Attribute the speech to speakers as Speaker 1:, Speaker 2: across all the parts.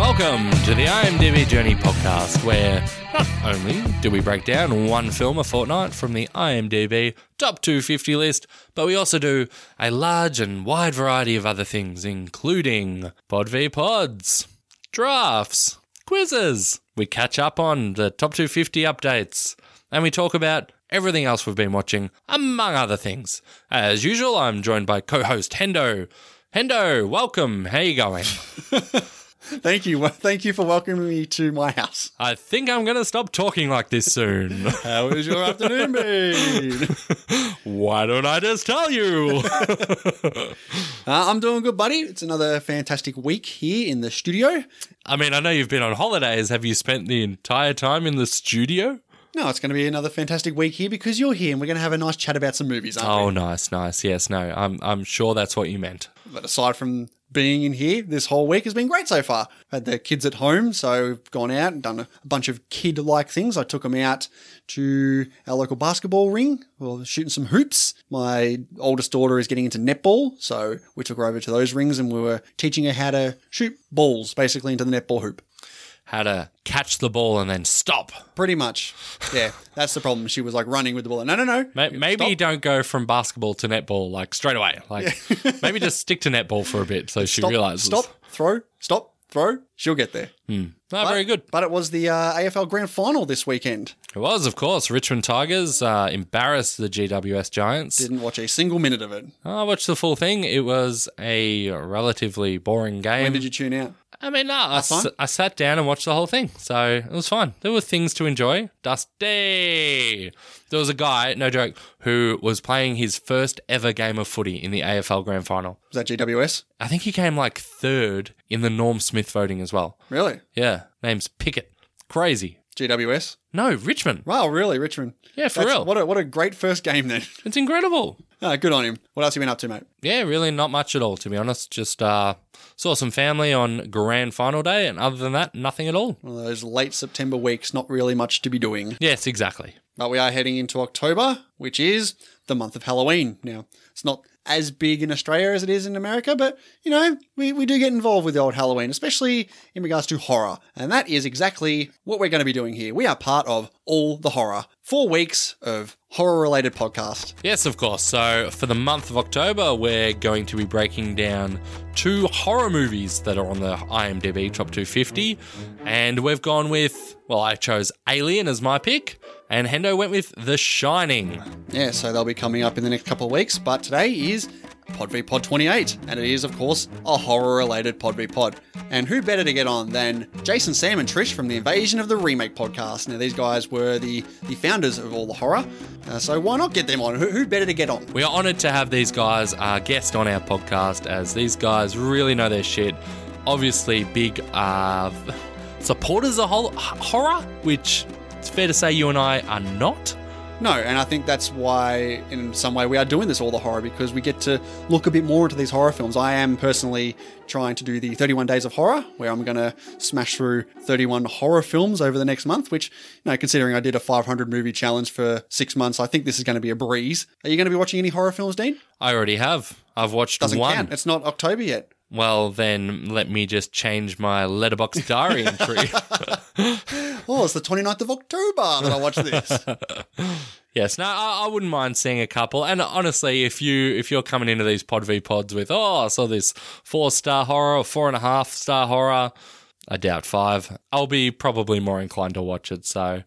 Speaker 1: to the IMDb Journey podcast, where not only do we break down one film a fortnight from the IMDb Top 250 list, but we also do a large and wide variety of other things, including Pod v Pods, drafts, quizzes. We catch up on the Top 250 updates, and we talk about everything else we've been watching, among other things. As usual, I'm joined by co host Hendo. Hendo, welcome. How you going?
Speaker 2: Thank you. Well, Thank you for welcoming me to my house.
Speaker 1: I think I'm going to stop talking like this soon.
Speaker 2: How is your afternoon been? Uh,
Speaker 1: Why don't I just tell you?
Speaker 2: I'm doing good, buddy. It's another fantastic week here in the studio.
Speaker 1: I mean, I know you've been on holidays. Have you spent the entire time in the studio?
Speaker 2: No, it's going to be another fantastic week here because you're here and we're going to have a nice chat about some movies, aren't
Speaker 1: Oh, nice, nice. Yes, no. I'm I'm sure that's what you meant.
Speaker 2: we? But aside from being in here, this whole week has been great so far. Had the kids at home, so we've gone out and done a bunch of kid like things. I took them out to our local basketball ring. We were shooting some hoops. My oldest daughter is getting into netball, so we took her over to those rings and we were teaching her how to shoot balls basically into the netball hoop.
Speaker 1: How to catch the ball and then stop.
Speaker 2: Pretty much. Yeah, that's the problem. She was like running with the ball. No, no, no.
Speaker 1: Ma- Maybe don't go from basketball to netball like straight away. Like maybe just stick to netball for a bit so she
Speaker 2: Stop,
Speaker 1: realizes.
Speaker 2: stop, throw, stop, throw. She'll get there.
Speaker 1: No, very good.
Speaker 2: But it was the uh, AFL grand final this weekend.
Speaker 1: It was, of course, Richmond Tigers uh, embarrassed the GWS Giants.
Speaker 2: Didn't watch a single minute of it.
Speaker 1: I watched the full thing. It was a relatively boring game.
Speaker 2: When did you tune out?
Speaker 1: I mean, no, I, s-
Speaker 2: fine.
Speaker 1: I sat down and watched the whole thing. So it was fine. There were things to enjoy. Dusty. There was a guy, no joke, who was playing his first ever game of footy in the AFL grand final.
Speaker 2: Was that GWS?
Speaker 1: I think he came like third in the Norm Smith voting as well.
Speaker 2: Really?
Speaker 1: Yeah. Name's Pickett. Crazy.
Speaker 2: GWS?
Speaker 1: No, Richmond.
Speaker 2: Wow, really, Richmond?
Speaker 1: Yeah, for
Speaker 2: That's-
Speaker 1: real.
Speaker 2: What a, what a great first game then.
Speaker 1: It's incredible.
Speaker 2: Ah, good on him. What else you been up to, mate?
Speaker 1: Yeah, really not much at all, to be honest. Just uh, saw some family on grand final day, and other than that, nothing at all.
Speaker 2: One of those late September weeks, not really much to be doing.
Speaker 1: Yes, exactly.
Speaker 2: But we are heading into October, which is the month of Halloween. Now, it's not as big in Australia as it is in America, but you know, we, we do get involved with the old Halloween, especially in regards to horror. And that is exactly what we're going to be doing here. We are part of All the Horror, four weeks of horror related podcast.
Speaker 1: Yes, of course. So, for the month of October, we're going to be breaking down two horror movies that are on the IMDb Top 250. And we've gone with, well, I chose Alien as my pick, and Hendo went with The Shining.
Speaker 2: Yeah, so they'll be coming up in the next couple of weeks, but today is Pod v Pod 28, and it is, of course, a horror related Pod v Pod. And who better to get on than Jason, Sam, and Trish from the Invasion of the Remake podcast? Now, these guys were the, the founders of all the horror, uh, so why not get them on? Who, who better to get on?
Speaker 1: We are honoured to have these guys uh, guest on our podcast as these guys really know their shit. Obviously, big uh, supporters of hol- horror, which it's fair to say you and I are not.
Speaker 2: No, and I think that's why, in some way, we are doing this all the horror because we get to look a bit more into these horror films. I am personally trying to do the 31 Days of Horror, where I'm going to smash through 31 horror films over the next month. Which, you know, considering I did a 500 movie challenge for six months, I think this is going to be a breeze. Are you going to be watching any horror films, Dean?
Speaker 1: I already have. I've watched
Speaker 2: Doesn't
Speaker 1: one.
Speaker 2: count. It's not October yet.
Speaker 1: Well, then let me just change my letterbox diary entry.
Speaker 2: Oh, it's the 29th of October that I watched this.
Speaker 1: yes, no, I, I wouldn't mind seeing a couple. And honestly, if you if you're coming into these pod v pods with oh, I saw this four star horror, or four and a half star horror, I doubt five. I'll be probably more inclined to watch it. So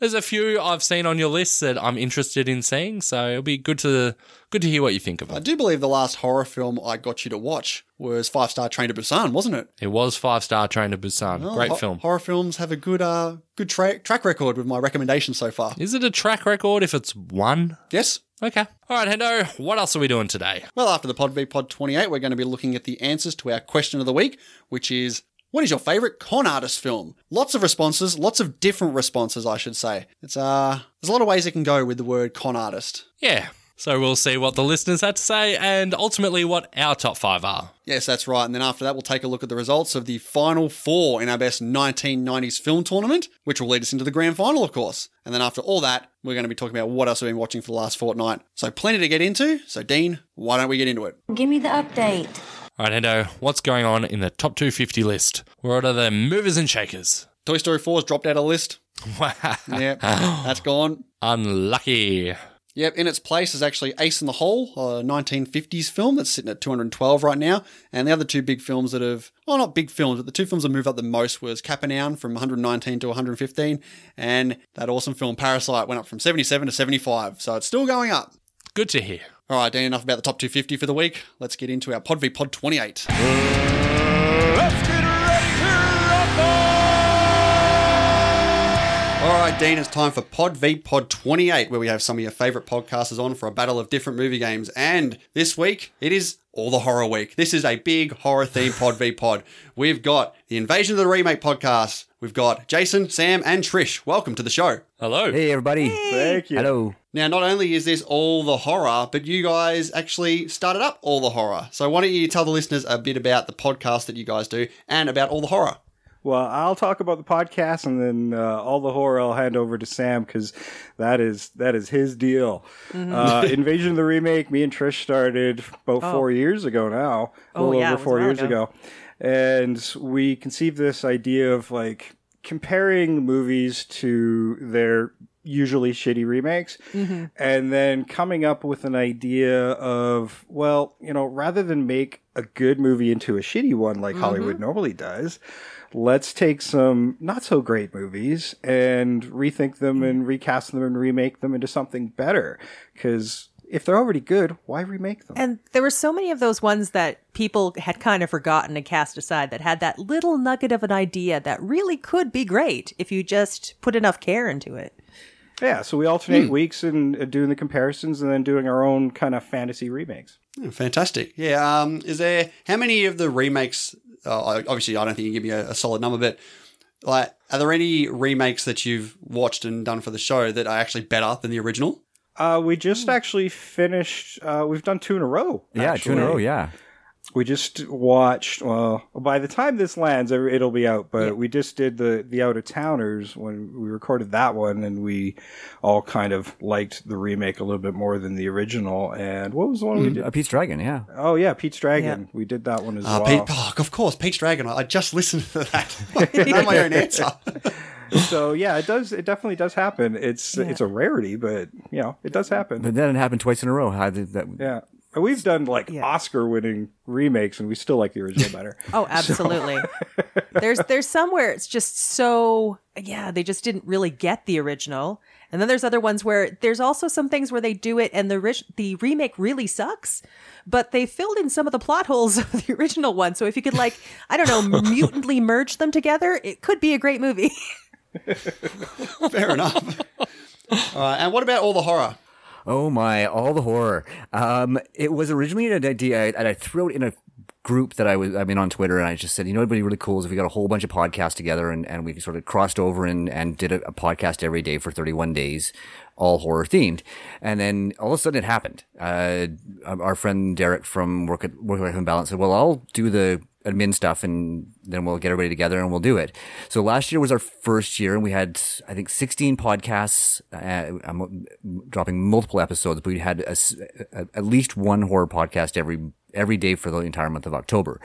Speaker 1: there's a few I've seen on your list that I'm interested in seeing. So it'll be good to good to hear what you think of
Speaker 2: I
Speaker 1: it.
Speaker 2: do believe the last horror film I got you to watch was Five Star Train to Busan, wasn't it?
Speaker 1: It was five star Train to Busan,
Speaker 2: Oh,
Speaker 1: great
Speaker 2: ho-
Speaker 1: film.
Speaker 2: Horror films have a good uh good tra- track record with my recommendations so far.
Speaker 1: Is it a track record if it's one?
Speaker 2: Yes.
Speaker 1: Okay. All right, Hendo. What else are we doing today?
Speaker 2: Well, after the Pod v Pod 28, we're going to be looking at the answers to our question of the week, which is what is your favorite con artist film? Lots of responses, lots of different responses, I should say. It's uh there's a lot of ways it can go with the word con artist.
Speaker 1: Yeah. So we'll see what the listeners had to say and ultimately what our top five are.
Speaker 2: Yes, that's right. And then after that, we'll take a look at the results of the final four in our best 1990s film tournament, which will lead us into the grand final, of course. And then after all that, we're going to be talking about what else we've been watching for the last fortnight. So, plenty to get into. So, Dean, why don't we get into it?
Speaker 3: Give me the update.
Speaker 1: All right, Hendo, what's going on in the top 250 list? What are the movers and shakers?
Speaker 2: Toy Story 4's dropped out of the list.
Speaker 1: Wow.
Speaker 2: Yep, that's gone.
Speaker 1: Unlucky.
Speaker 2: Yep, in its place is actually Ace in the Hole, a 1950s film that's sitting at 212 right now. And the other two big films that have, well, not big films, but the two films that moved up the most was Capanown from 119 to 115, and that awesome film Parasite went up from 77 to 75. So it's still going up.
Speaker 1: Good to hear.
Speaker 2: All right, Dan, enough about the top 250 for the week. Let's get into our Pod v Pod 28. All right, Dean, it's time for Pod v Pod 28, where we have some of your favourite podcasters on for a battle of different movie games. And this week, it is All the Horror Week. This is a big horror themed Pod v Pod. We've got the Invasion of the Remake podcast. We've got Jason, Sam, and Trish. Welcome to the show.
Speaker 1: Hello.
Speaker 3: Hey, everybody.
Speaker 4: Thank you.
Speaker 3: Hello.
Speaker 2: Now, not only is this all the horror, but you guys actually started up all the horror. So, why don't you tell the listeners a bit about the podcast that you guys do and about all the horror?
Speaker 4: Well, I'll talk about the podcast, and then uh, all the horror I'll hand over to Sam because that is that is his deal. Uh, Invasion of the remake. Me and Trish started about
Speaker 5: Mm-hmm. Oh.
Speaker 4: four years ago now, a
Speaker 5: Oh,
Speaker 4: little
Speaker 5: yeah,
Speaker 4: over
Speaker 5: it was a
Speaker 4: four
Speaker 5: while
Speaker 4: years
Speaker 5: ago.
Speaker 4: ago. and we conceived this idea of like comparing movies to their usually shitty remakes
Speaker 3: Mm-hmm.
Speaker 4: and then coming up with an idea of well you know rather than make a good movie into a shitty one like hollywood
Speaker 3: Mm-hmm.
Speaker 4: normally does let's take some not so great movies and rethink them
Speaker 3: Mm-hmm.
Speaker 4: and recast them and remake them into something better because if they're already good why remake them
Speaker 5: And there were so many of those ones that people had kind of forgotten and cast aside that had that little nugget of an idea that really could be great if you just put enough care into it.
Speaker 4: Yeah, so we
Speaker 3: Hmm.
Speaker 4: alternate weeks and uh, doing the comparisons, and then doing our own kind of fantasy remakes.
Speaker 2: Oh, Fantastic. Yeah. Um, is there how many of the remakes? Uh, I- obviously, I don't think you can give me a, a solid number, but like, are there any remakes that you've watched and done for the show that are actually better than the original?
Speaker 4: Uh, we just actually finished. Uh, we've done two in a row.
Speaker 3: Hmm. Yeah, two in a
Speaker 4: actually.
Speaker 3: row. Yeah.
Speaker 4: We just watched. Well, by the time this lands, it- it'll be out. But we just did the the Out of Towners when we recorded that one, and we all kind of liked the remake a little bit more than the original. And what was the one we did?
Speaker 3: A Pete's Dragon. Hmm. Yeah.
Speaker 4: Oh yeah, Pete's Dragon. We did that one as
Speaker 2: Uh,
Speaker 4: well.
Speaker 2: Pete, oh, of course, Pete's Dragon. I, I just listened to that. I know my own answer.
Speaker 4: so yeah, it does. It definitely does happen. It's it's a rarity, but you know, it does happen.
Speaker 3: But then it happened twice in a row. How did that?
Speaker 4: Yeah. And We've done like
Speaker 5: Yeah.
Speaker 4: Oscar winning remakes and we still like the original better.
Speaker 5: Oh, absolutely. there's there's somewhere it's just so yeah, they just didn't really get the original. And then there's other ones where there's also some things where they do it and the ri- the remake really sucks, but they filled in some of the plot holes of the original one. So if you could like, I don't know, mutantly merge them together, it could be a great movie.
Speaker 2: Fair enough. All right, and what about all the horror?
Speaker 3: Oh my! All the horror. Um, it was originally an idea, and I threw it in a group that I was. I mean, on Twitter, and I just said, you know, what'd be really cool is if we got a whole bunch of podcasts together, and, and we sort of crossed over and and did a, a podcast every day for 31 days, all horror themed. And then all of a sudden, it happened. Uh, our friend Derek from Work at Work Life Balance said, well, I'll do the admin stuff and then we'll get everybody together and we'll do it. So last year was our first year and we had, I think, 16 podcasts. Uh, I'm dropping multiple episodes, but we had a s- a- at least one horror podcast every, every day for the entire month of October.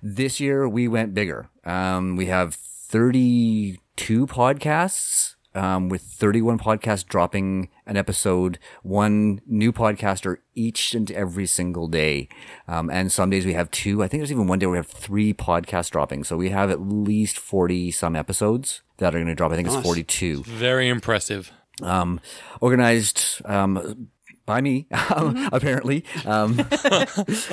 Speaker 3: This year we went bigger. Um, we have 32 podcasts. Um, with 31 podcasts dropping an episode, one new podcaster each and every single day. Um, and some days we have two. I think there's even one day where we have three podcasts dropping. So we have at least 40 some episodes that are going to drop. I think it's 42
Speaker 1: Very impressive.
Speaker 3: um, organized um, by me, um, apparently. Um,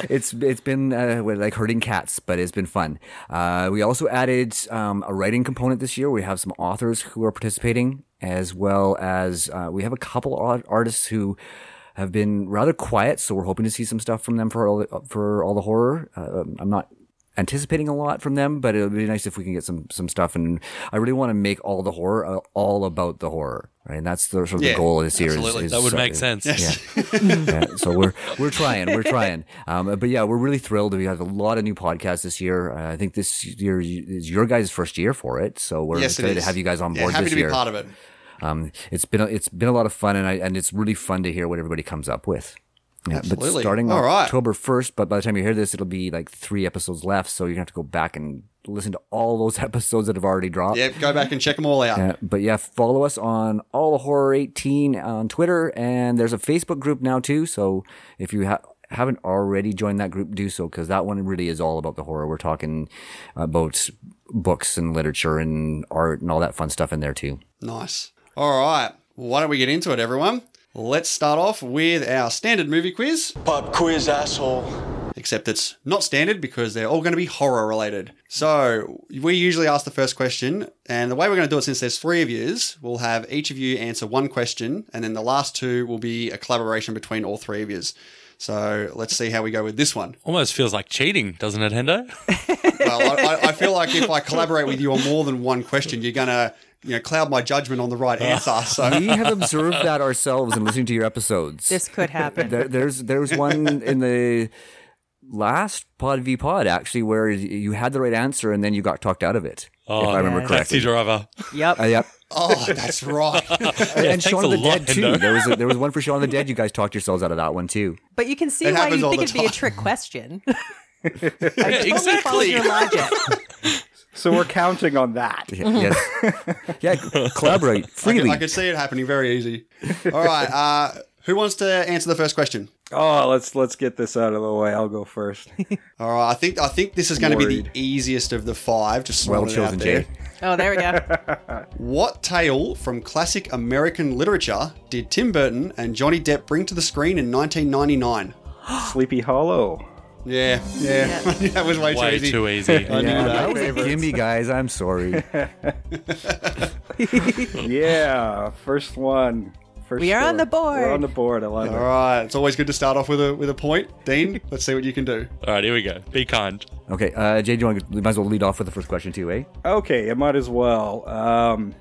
Speaker 3: it's it's been uh, we're like herding cats, but it's been fun. Uh, we also added um, a writing component this year. We have some authors who are participating, as well as uh, we have a couple art- artists who. Have been rather quiet, so we're hoping to see some stuff from them for all the, for all the horror. Uh, I'm not anticipating a lot from them, but it would be nice if we can get some some stuff. And I really want to make all the horror uh, all about the horror, right? And that's the sort of
Speaker 2: Yeah,
Speaker 3: the goal of this year. is-
Speaker 2: absolutely.
Speaker 3: Is,
Speaker 1: That would make
Speaker 3: uh,
Speaker 1: sense.
Speaker 3: Yeah. yeah. So we're we're trying, we're trying. Um, but yeah, we're really thrilled. We have a lot of new podcasts this year. Uh, I think this year is your guys' first year for it, so we're
Speaker 2: yes, it
Speaker 3: excited to
Speaker 2: is.
Speaker 3: have you guys on
Speaker 2: Yeah,
Speaker 3: board
Speaker 2: happy
Speaker 3: this
Speaker 2: to be
Speaker 3: year.
Speaker 2: part of it.
Speaker 3: Um, it's been a, it's been a lot of fun, and I, and it's really fun to hear what everybody comes up with. Yeah,
Speaker 2: Absolutely.
Speaker 3: But starting
Speaker 2: All right.
Speaker 3: October 1st, but by the time you hear this, it'll be like three episodes left. So you're going to have to go back and listen to all those episodes that have already dropped.
Speaker 2: Yep, go back and check them all out.
Speaker 3: Uh, but yeah, follow us on All Horror 18 on Twitter, and there's a Facebook group now too. So if you ha- haven't already joined that group, do so because that one really is all about the horror. We're talking about books and literature and art and all that fun stuff in there too.
Speaker 2: Nice. All right. Why don't we get into it, everyone? Let's start off with our standard movie quiz,
Speaker 6: Pop quiz, asshole.
Speaker 2: except it's not standard because they're all going to be horror related. So, we usually ask the first question, and the way we're going to do it, since there's three of yous, we'll have each of you answer one question, and then the last two will be a collaboration between all three of yous. So, let's see how we go with this one.
Speaker 1: Almost feels like cheating, doesn't it, Hendo?
Speaker 2: Well, I, I- I feel like if I collaborate with you on more than one question, you're going to you know, cloud my judgment on the
Speaker 1: Ah.
Speaker 2: right answer. So,
Speaker 3: We have observed that ourselves in listening to your episodes.
Speaker 5: This could happen.
Speaker 3: there, there's there was one in the last Pod V Pod actually where you had the right answer and then you got talked out of it. if I remember
Speaker 5: yes.
Speaker 1: Oh, Taxi
Speaker 3: correctly.
Speaker 1: driver.
Speaker 5: yep.
Speaker 3: Uh, yep.
Speaker 2: oh, that's right.
Speaker 3: and
Speaker 1: takes
Speaker 3: Shaun
Speaker 1: a
Speaker 3: of the
Speaker 1: lot,
Speaker 3: Dead too.
Speaker 1: though.
Speaker 3: There was a, there was one for Shaun of the Dead. You guys talked yourselves out of that one too.
Speaker 5: But you can see
Speaker 2: It
Speaker 5: why
Speaker 2: happens
Speaker 5: you
Speaker 2: all
Speaker 5: think
Speaker 2: the
Speaker 5: it'd be a
Speaker 2: time.
Speaker 5: trick question. I totally followed
Speaker 1: exactly.
Speaker 5: your logic.
Speaker 4: So we're counting on that.
Speaker 3: Yeah, yes. yeah, c- collaborate freely.
Speaker 2: I could see it happening very easy. All right. Uh, who wants to answer the first question?
Speaker 4: Oh, let's let's get this out of the way. I'll go first.
Speaker 2: All right. I think I think this is going to be the
Speaker 4: Worried.
Speaker 2: easiest of the five. Just
Speaker 3: well
Speaker 2: throwing it out
Speaker 3: chosen,
Speaker 2: there.
Speaker 3: Jay.
Speaker 5: Oh, there we go.
Speaker 2: What tale from classic American literature did Tim Burton and Johnny Depp bring to the screen in 1999?
Speaker 4: Sleepy Hollow.
Speaker 2: Yeah, yeah, that was way,
Speaker 1: Way
Speaker 2: too easy.
Speaker 1: too easy.
Speaker 2: I knew that.
Speaker 3: That was a gimme, guys. I'm sorry.
Speaker 4: Yeah, first one. First
Speaker 5: We are on
Speaker 4: story.
Speaker 5: the board.
Speaker 4: We're on the board. I love
Speaker 2: All
Speaker 4: it.
Speaker 2: right, it's always good to start off with a with a point, Dean. Let's see what you can do.
Speaker 1: All right, here we go. Be kind.
Speaker 3: Okay, uh, Jay, do you want? To, might as well lead off with the first question too, eh?
Speaker 4: Okay, I might as well. Um,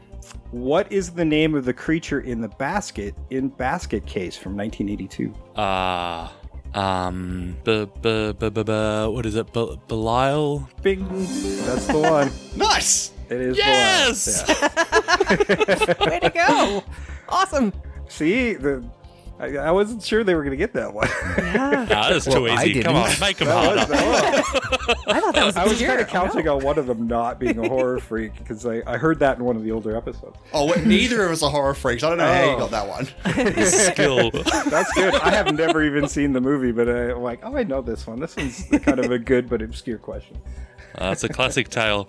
Speaker 4: what is the name of the creature in the basket in Basket Case from 1982?
Speaker 1: Uh, um, bu- bu- bu- bu- bu- what is it? Bu- Belial?
Speaker 4: Bing. That's the one.
Speaker 2: Nice.
Speaker 4: It is
Speaker 1: Yes!
Speaker 4: the one.
Speaker 5: Way to go. Awesome.
Speaker 4: Yeah. See, the, I, I wasn't sure they were going to get that one.
Speaker 1: Nah, that's too
Speaker 3: Well, I
Speaker 1: easy. Come on,
Speaker 3: didn't.
Speaker 1: make them
Speaker 4: That was-
Speaker 1: harder.
Speaker 4: that was-
Speaker 5: I thought that was
Speaker 4: I was
Speaker 5: pure.
Speaker 4: kind of counting on one of them not being a horror freak because I, I heard that in one of the older episodes.
Speaker 2: Oh, wait, neither of us are horror freaks. I don't know how you
Speaker 4: Oh.
Speaker 2: got that one.
Speaker 1: Skill.
Speaker 4: That's good. I have never even seen the movie, but I, I'm like, oh, I know this one. This one's kind of a good but obscure question.
Speaker 1: That's a classic tale.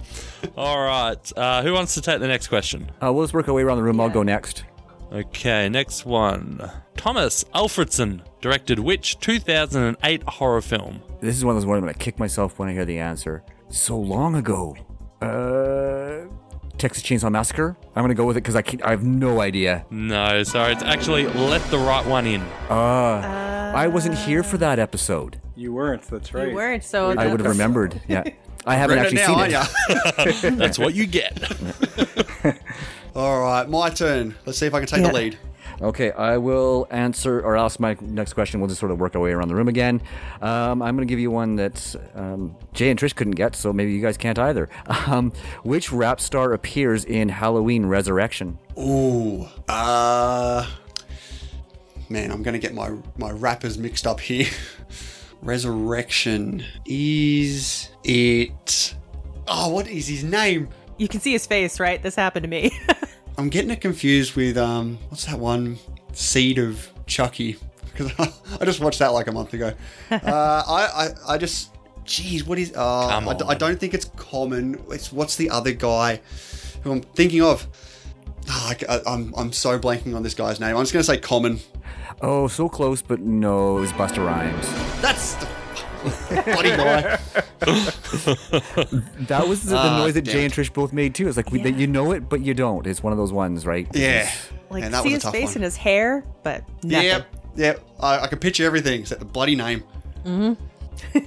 Speaker 1: All right. Uh, who wants to take the next question?
Speaker 3: Uh, we'll just work our way around the room. I'll go next.
Speaker 1: Okay, next one. Thomas Alfredson directed which 2008 horror film?
Speaker 3: This is one of those ones I'm gonna kick myself when I hear the answer. So long ago. Uh, Texas Chainsaw Massacre. I'm gonna go with it because I can't, I have no idea.
Speaker 1: No, sorry, it's actually Let the Right One In.
Speaker 3: I wasn't here for that episode.
Speaker 4: You weren't. That's right.
Speaker 5: You weren't, so
Speaker 3: I
Speaker 5: the-
Speaker 3: would have remembered. Yeah, I haven't
Speaker 2: Remember
Speaker 3: actually
Speaker 2: now,
Speaker 3: seen
Speaker 2: aren't
Speaker 3: it.
Speaker 2: ya?
Speaker 1: That's what you get.
Speaker 2: All right, my turn. Let's see if I can take the lead.
Speaker 3: Okay, I will answer or ask my next question. We'll just sort of work our way around the room again. Um, I'm going to give you one that um, Jay and Trish couldn't get, so maybe you guys can't either. Um, which rap star appears in Halloween Resurrection?
Speaker 2: Ooh. Uh Man, I'm gonna get my my rappers mixed up here. Resurrection. Is it Oh, what is his name?
Speaker 5: you can see his face, right? This happened to me.
Speaker 2: I'm getting it confused with um what's that one? Seed of Chucky. Because I just watched that like a month ago. Uh I, I I just Jeez, what is uh
Speaker 1: Come
Speaker 2: I, d- I
Speaker 1: on.
Speaker 2: don't think it's common. It's what's the other guy who I'm thinking of? Ah, I, I'm I'm so blanking on this guy's name. I'm just gonna say common.
Speaker 3: Oh, so close, but no, it's Buster Rhymes.
Speaker 2: That's the bloody guy.
Speaker 3: That was the, the
Speaker 2: Ah,
Speaker 3: noise that
Speaker 2: damn
Speaker 3: Jay
Speaker 2: it.
Speaker 3: and Trish both made too. It's like we, you know it, but you don't. It's one of those ones, right?
Speaker 2: Yeah.
Speaker 5: Like
Speaker 2: Man, that
Speaker 5: see
Speaker 2: was a
Speaker 5: his
Speaker 2: tough
Speaker 5: face
Speaker 2: one.
Speaker 5: and his hair, but nothing.
Speaker 2: Yep. Yep. I, I can picture everything except the bloody name.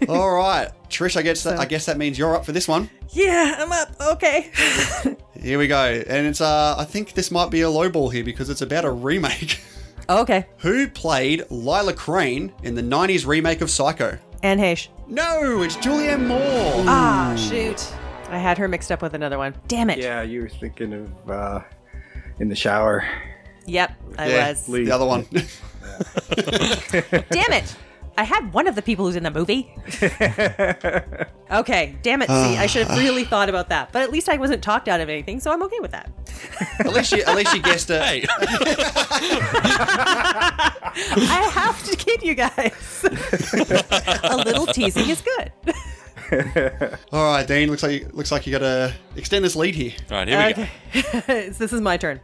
Speaker 2: All right, Trish. I guess that, I guess that means you're up for this one.
Speaker 5: Yeah, I'm up. Okay.
Speaker 2: Here we go, and it's uh, I think this might be a lowball here because it's about a remake.
Speaker 5: okay.
Speaker 2: Who played Lila Crane in the '90s remake of Psycho?
Speaker 5: Anne Heche.
Speaker 2: No, it's Julianne Moore.
Speaker 5: Ah, shoot. I had her mixed up with another one. Damn it.
Speaker 4: Yeah, you were thinking of uh, in the shower.
Speaker 5: Yep, I
Speaker 2: Yeah,
Speaker 5: was.
Speaker 2: the other one.
Speaker 5: Damn it! I had one of the people who's in the movie. okay, damn it. See, I should have really thought about that. But at least I wasn't talked out of anything, so I'm okay with that.
Speaker 2: At least you, at least you guessed it.
Speaker 1: Hey,
Speaker 5: I have to kid you guys. a little teasing is good.
Speaker 2: All right, Dean. Looks like you- looks like you got to extend this lead here.
Speaker 1: all right, here we go.
Speaker 5: So this is my turn.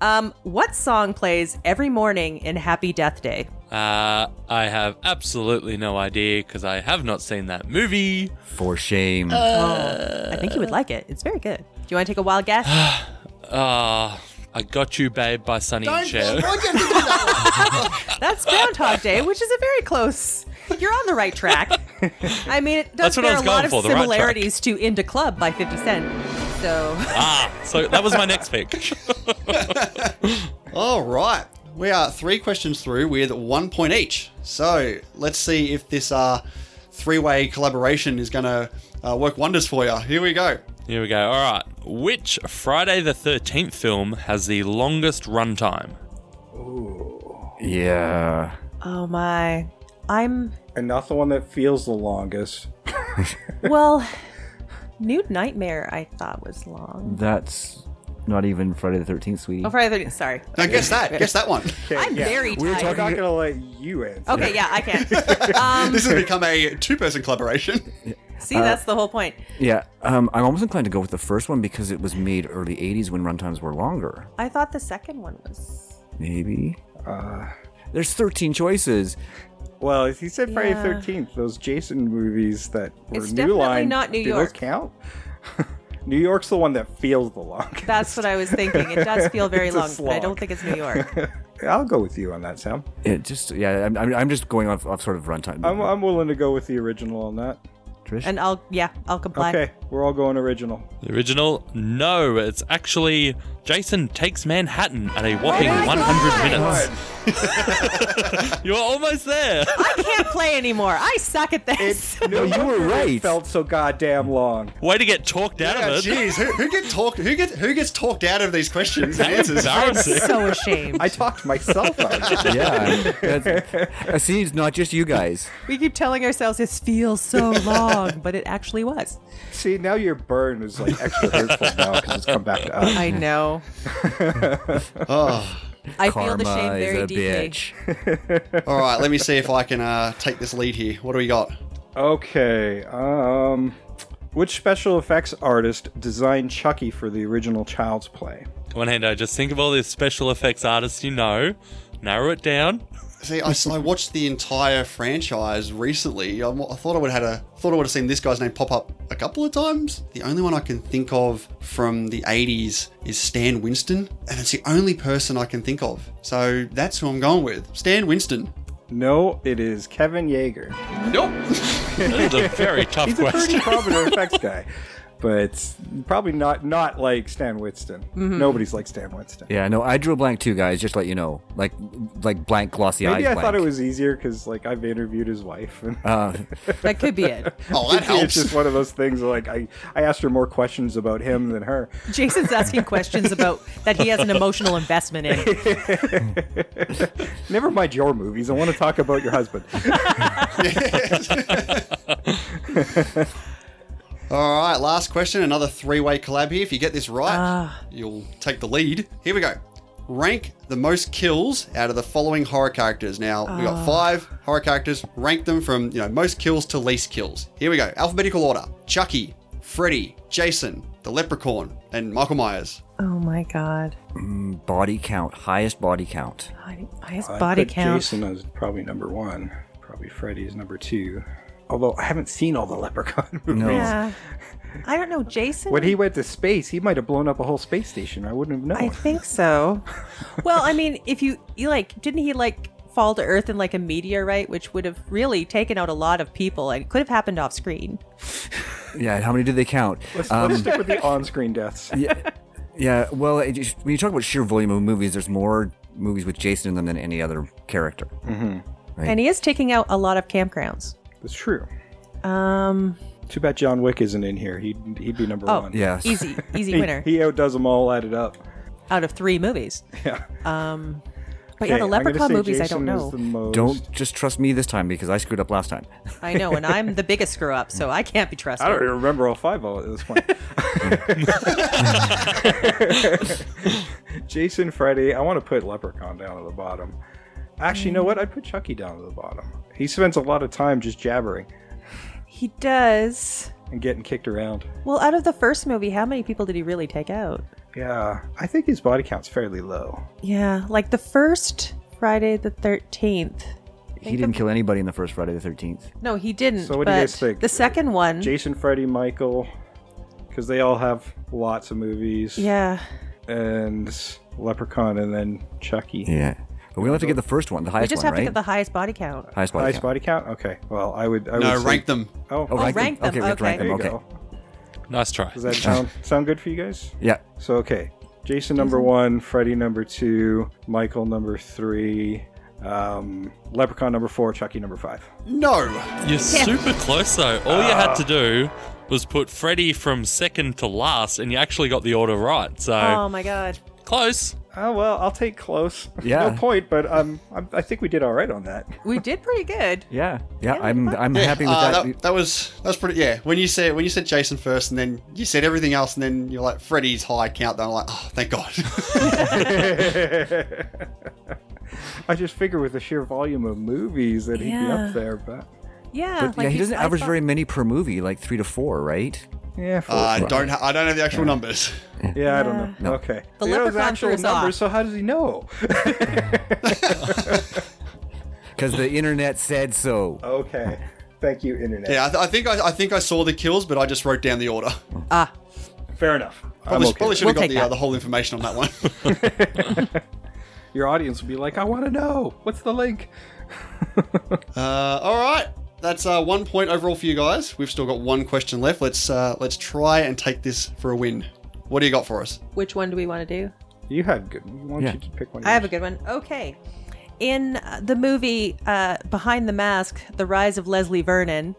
Speaker 5: Um, what song plays every morning in Happy Death Day?
Speaker 1: Uh, I have absolutely no idea because I have not seen that movie.
Speaker 3: For shame.
Speaker 2: Uh.
Speaker 5: I think you would like it. It's very good. Do you want to take a wild guess?
Speaker 1: Ah, I got you, babe, by Sonny and Cher.
Speaker 2: why'd you have to do that?
Speaker 5: That's Groundhog Day, which is a very close. You're on the right track. I mean, it does
Speaker 1: That's what I
Speaker 5: bear a
Speaker 1: was
Speaker 5: lot
Speaker 1: going
Speaker 5: of
Speaker 1: for, the right track.
Speaker 5: similarities to Into Club by 50 Cent. So,
Speaker 1: ah, so that was my next pick.
Speaker 2: All right, we are three questions through with one point each. So let's see if this uh, three-way collaboration is going to uh, work wonders for you. Here we go.
Speaker 1: Here we go. All right. Which Friday the 13th film has the longest runtime?
Speaker 3: yeah.
Speaker 5: oh my. I'm,
Speaker 4: and not the one that feels the longest.
Speaker 5: well, Nude Nightmare I thought was long.
Speaker 3: That's not even Friday the 13th, sweetie.
Speaker 5: Oh, Friday the 13th. Sorry.
Speaker 2: Now guess that. Guess that one.
Speaker 5: I'm very
Speaker 4: We're
Speaker 5: tired.
Speaker 4: not going to let you answer.
Speaker 5: Okay, yeah,
Speaker 1: Uh,
Speaker 5: I can. Um,
Speaker 2: This has become a two-person collaboration.
Speaker 5: see, that's the whole point.
Speaker 3: Yeah. Um, I'm almost inclined to go with the first one because it was made early 80s when runtimes were longer.
Speaker 5: I thought the second one was.
Speaker 3: Maybe. Uh, There's 13 choices.
Speaker 4: Well, if you said Friday
Speaker 5: Yeah.
Speaker 4: Thirteenth, those Jason movies that were
Speaker 5: It's
Speaker 4: New
Speaker 5: definitely
Speaker 4: Line,
Speaker 5: not New
Speaker 4: do
Speaker 5: York.
Speaker 4: those count? New York's the one that feels the longest.
Speaker 5: That's what I was thinking. It does feel very
Speaker 4: It's a
Speaker 5: long, but I
Speaker 4: slog.
Speaker 5: don't think it's New York.
Speaker 4: I'll go with you on that, Sam.
Speaker 3: It just, yeah, I'm, I'm, I'm just going off, off sort of runtime.
Speaker 4: I'm, I'm willing to go with the original on that.
Speaker 3: Trish?
Speaker 5: And I'll, yeah, I'll comply.
Speaker 4: Okay, we're all going original.
Speaker 1: The original? No, it's actually Jason Takes Manhattan at a whopping
Speaker 5: Oh my
Speaker 1: 100
Speaker 5: God.
Speaker 1: minutes. You're almost there.
Speaker 5: I can't play anymore. I suck at this.
Speaker 4: No,
Speaker 3: you were
Speaker 4: It
Speaker 3: right.
Speaker 4: felt so goddamn long.
Speaker 1: Way to get talked out
Speaker 2: Yeah,
Speaker 1: of it.
Speaker 2: Jeez, who, who get talked? Who get who gets talked out of these questions and answers?
Speaker 1: Embarrassing.
Speaker 5: so ashamed.
Speaker 4: I talked myself out. of it.
Speaker 3: yeah. That's- I see, it's not just you guys.
Speaker 5: we keep telling ourselves this feels so long, but it actually was.
Speaker 4: See, now your burn is like extra hurtful now because it's come back to us.
Speaker 5: I know.
Speaker 2: Oh,
Speaker 5: I feel the shame
Speaker 3: Karma is
Speaker 5: very
Speaker 3: a
Speaker 5: deeply.
Speaker 3: bitch.
Speaker 2: All right, let me see if I can uh, take this lead here. What do we got?
Speaker 4: Okay. Um, which special effects artist designed Chucky for the original Child's Play?
Speaker 1: On One hand, I just think of all these special effects artists you know, narrow it down.
Speaker 2: See, I, I watched the entire franchise recently. I, wa- I thought I would have had a thought I would have seen this guy's name pop up a couple of times. The only one I can think of from the '80s is Stan Winston, and it's the only person I can think of. So that's who I'm going with, Stan Winston.
Speaker 4: No, it is Kevin Yeager.
Speaker 2: Nope.
Speaker 1: That is a very tough
Speaker 4: He's a pretty
Speaker 1: question.
Speaker 4: prominent effects guy, but probably not not like Stan Winston. Nobody's like Stan Winston.
Speaker 3: Mm-hmm. Yeah, no, I drew a blank too, guys. Just to let you know, like, like blank glossy eyes.
Speaker 4: Maybe I thought it
Speaker 3: blank.
Speaker 4: was easier because like I've interviewed his wife. And
Speaker 5: That could be it.
Speaker 2: Oh, that
Speaker 4: it's
Speaker 2: helps.
Speaker 4: just one of those things. Like I, I asked her more questions about him than her.
Speaker 5: Jason's asking questions about that he has an emotional investment in.
Speaker 4: Never mind your movies. I want to talk about your husband.
Speaker 2: All right, last question. Another three-way collab here. If you get this right, you'll take the lead. Here we go. Rank the most kills out of the following horror characters. Now we got five horror characters. Rank them from you know most kills to least kills. Here we go. Alphabetical order: Chucky, Freddy, Jason, the Leprechaun, and Michael Myers.
Speaker 5: Oh my god.
Speaker 3: body count, highest body count.
Speaker 5: I, I his body
Speaker 4: I'd put
Speaker 5: count.
Speaker 4: Jason is probably number one. Probably Freddy's number two. Although I haven't seen all the Leprechaun movies.
Speaker 3: No.
Speaker 5: Yeah. I don't know, Jason.
Speaker 4: When he went to space, he might have blown up a whole space station. I wouldn't have
Speaker 5: I
Speaker 4: known.
Speaker 5: think so. well, I mean, if you, you like, didn't he like fall to Earth in like a meteorite, which would have really taken out a lot of people and could have happened off screen?
Speaker 3: Yeah, how many did they count? Um,
Speaker 4: Let's, let's stick with the on-screen deaths.
Speaker 3: Yeah, well, it just, when you talk about sheer volume of movies, there's more movies with Jason in them than any other character.
Speaker 4: Mm-hmm.
Speaker 5: And he is taking out a lot of campgrounds.
Speaker 4: That's true.
Speaker 5: Um,
Speaker 4: Too bad John Wick isn't in here. He'd he'd be number
Speaker 5: Oh,
Speaker 4: one.
Speaker 3: Yeah,
Speaker 5: easy, easy
Speaker 4: He,
Speaker 5: winner
Speaker 4: he outdoes them all added up.
Speaker 5: out of three movies.
Speaker 4: Yeah.
Speaker 5: Um, But yeah,
Speaker 4: Okay,
Speaker 5: the
Speaker 4: I'm gonna
Speaker 5: Leprechaun
Speaker 4: say
Speaker 5: movies, I
Speaker 4: Jason
Speaker 5: don't
Speaker 4: is
Speaker 5: know.
Speaker 4: the most-
Speaker 3: Don't just trust me this time because I screwed up last time.
Speaker 5: I know, and I'm the biggest screw up, so I can't be trusted.
Speaker 4: I don't even remember all five of it at this point. Jason, Freddy, I want to put Leprechaun down at the bottom. Actually, you know what? I'd put Chucky down at the bottom. He spends a lot of time just jabbering
Speaker 5: He does.
Speaker 4: and getting kicked around.
Speaker 5: Well, out of the first movie, how many people did he really take out?
Speaker 4: Yeah, I think his body count's fairly low.
Speaker 5: Yeah, like the first Friday the 13th.
Speaker 3: He didn't kill anybody in the first Friday the Thirteenth.
Speaker 5: No, he didn't.
Speaker 4: So what do
Speaker 5: but
Speaker 4: you guys think?
Speaker 5: The second one.
Speaker 4: Jason, Freddy, Michael, because they all have lots of movies.
Speaker 5: yeah.
Speaker 4: And Leprechaun and then Chucky.
Speaker 3: Yeah, but we only have to get the first one, the
Speaker 5: We
Speaker 3: highest
Speaker 5: just
Speaker 3: one,
Speaker 5: have
Speaker 3: right?
Speaker 5: to get the highest body count.
Speaker 3: highest body.
Speaker 4: Highest
Speaker 3: count.
Speaker 4: body count? Okay. Well, I would. I
Speaker 2: No,
Speaker 4: would say-
Speaker 2: rank them.
Speaker 4: Oh,
Speaker 3: Oh, rank,
Speaker 5: rank
Speaker 3: them. Okay,
Speaker 5: them,
Speaker 3: we have to rank
Speaker 5: okay.
Speaker 4: there you
Speaker 3: them. Okay.
Speaker 4: go.
Speaker 1: Nice try.
Speaker 4: Does that sound sound good for you guys?
Speaker 3: Yeah.
Speaker 4: So okay, Jason number one, Freddy number two, Michael number three, um, Leprechaun number four, Chucky number five.
Speaker 2: No.
Speaker 1: You're super close though. All you had to do was put Freddy from second to last, and you actually got the order right. So
Speaker 5: Oh my god.
Speaker 1: close.
Speaker 4: Oh well, I'll take close.
Speaker 3: Yeah.
Speaker 4: no point, but um, I, I think we did all right on that.
Speaker 5: We did pretty good.
Speaker 3: Yeah. Yeah. I'm. I'm
Speaker 2: Yeah,
Speaker 3: happy with
Speaker 2: uh,
Speaker 3: that.
Speaker 2: that. That was that was pretty. Yeah, when you said when you said Jason first, and then you said everything else, and then you're like Freddy's high count. Then I'm like, oh, thank God.
Speaker 4: I just figure with the sheer volume of movies that he'd be
Speaker 5: Yeah.
Speaker 4: up there, but
Speaker 5: Yeah.
Speaker 3: But yeah,
Speaker 5: like
Speaker 3: he
Speaker 5: you-
Speaker 3: doesn't
Speaker 5: I
Speaker 3: average
Speaker 5: thought-
Speaker 3: very many per movie, like three to four, right?
Speaker 4: yeah, four.
Speaker 2: I don't. Ha- I don't have the actual numbers.
Speaker 4: yeah, I don't know. Okay,
Speaker 5: The
Speaker 4: You know his
Speaker 5: Leprechaun
Speaker 4: actual
Speaker 5: threw us
Speaker 4: numbers,
Speaker 5: off.
Speaker 4: so how does he know?
Speaker 3: Because the internet said so.
Speaker 4: okay, thank you, internet.
Speaker 2: Yeah, I, th- I think I, I think I saw the kills, but I just wrote down the order.
Speaker 5: Ah,
Speaker 4: fair enough. I'm
Speaker 2: Probably,
Speaker 4: okay
Speaker 2: probably
Speaker 4: with
Speaker 2: should have got
Speaker 5: We'll take
Speaker 2: the, uh,
Speaker 5: that.
Speaker 2: the whole information on that one.
Speaker 4: it. Your audience would be like, I want to know. What's the link?
Speaker 2: Uh, all right, that's uh, one point overall for you guys. We've still got one question left. Let's uh, let's try and take this for a win. What do you got for us?
Speaker 5: which one do we want to do?
Speaker 4: You had good. one. Why don't you just pick one?
Speaker 5: I have a good one. Okay. In uh, the movie uh, Behind the Mask, The Rise of Leslie Vernon,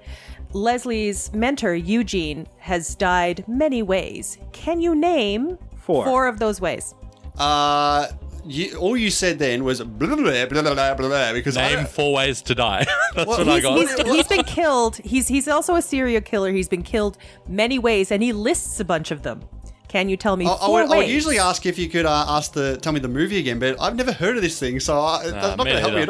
Speaker 5: Leslie's mentor, Eugene, has died many ways. Can you name
Speaker 4: Four.
Speaker 5: of those ways?
Speaker 2: Uh, you, all you said then was blah blah blah blah blah, blah blah because I
Speaker 1: Name
Speaker 2: don't-
Speaker 1: four ways to die. That's what I
Speaker 5: He's,
Speaker 1: got.
Speaker 5: he's- he's been killed. He's, he's also a serial killer. He's been killed many ways, and he lists a bunch of them. Can you tell me
Speaker 2: I, I,
Speaker 5: four
Speaker 2: would, I would
Speaker 5: ways?
Speaker 2: usually ask if you could uh, ask the tell me the movie again, but I've never heard of this thing, so I, that's not
Speaker 1: man,
Speaker 2: going to help
Speaker 1: it
Speaker 2: me
Speaker 1: up.
Speaker 2: at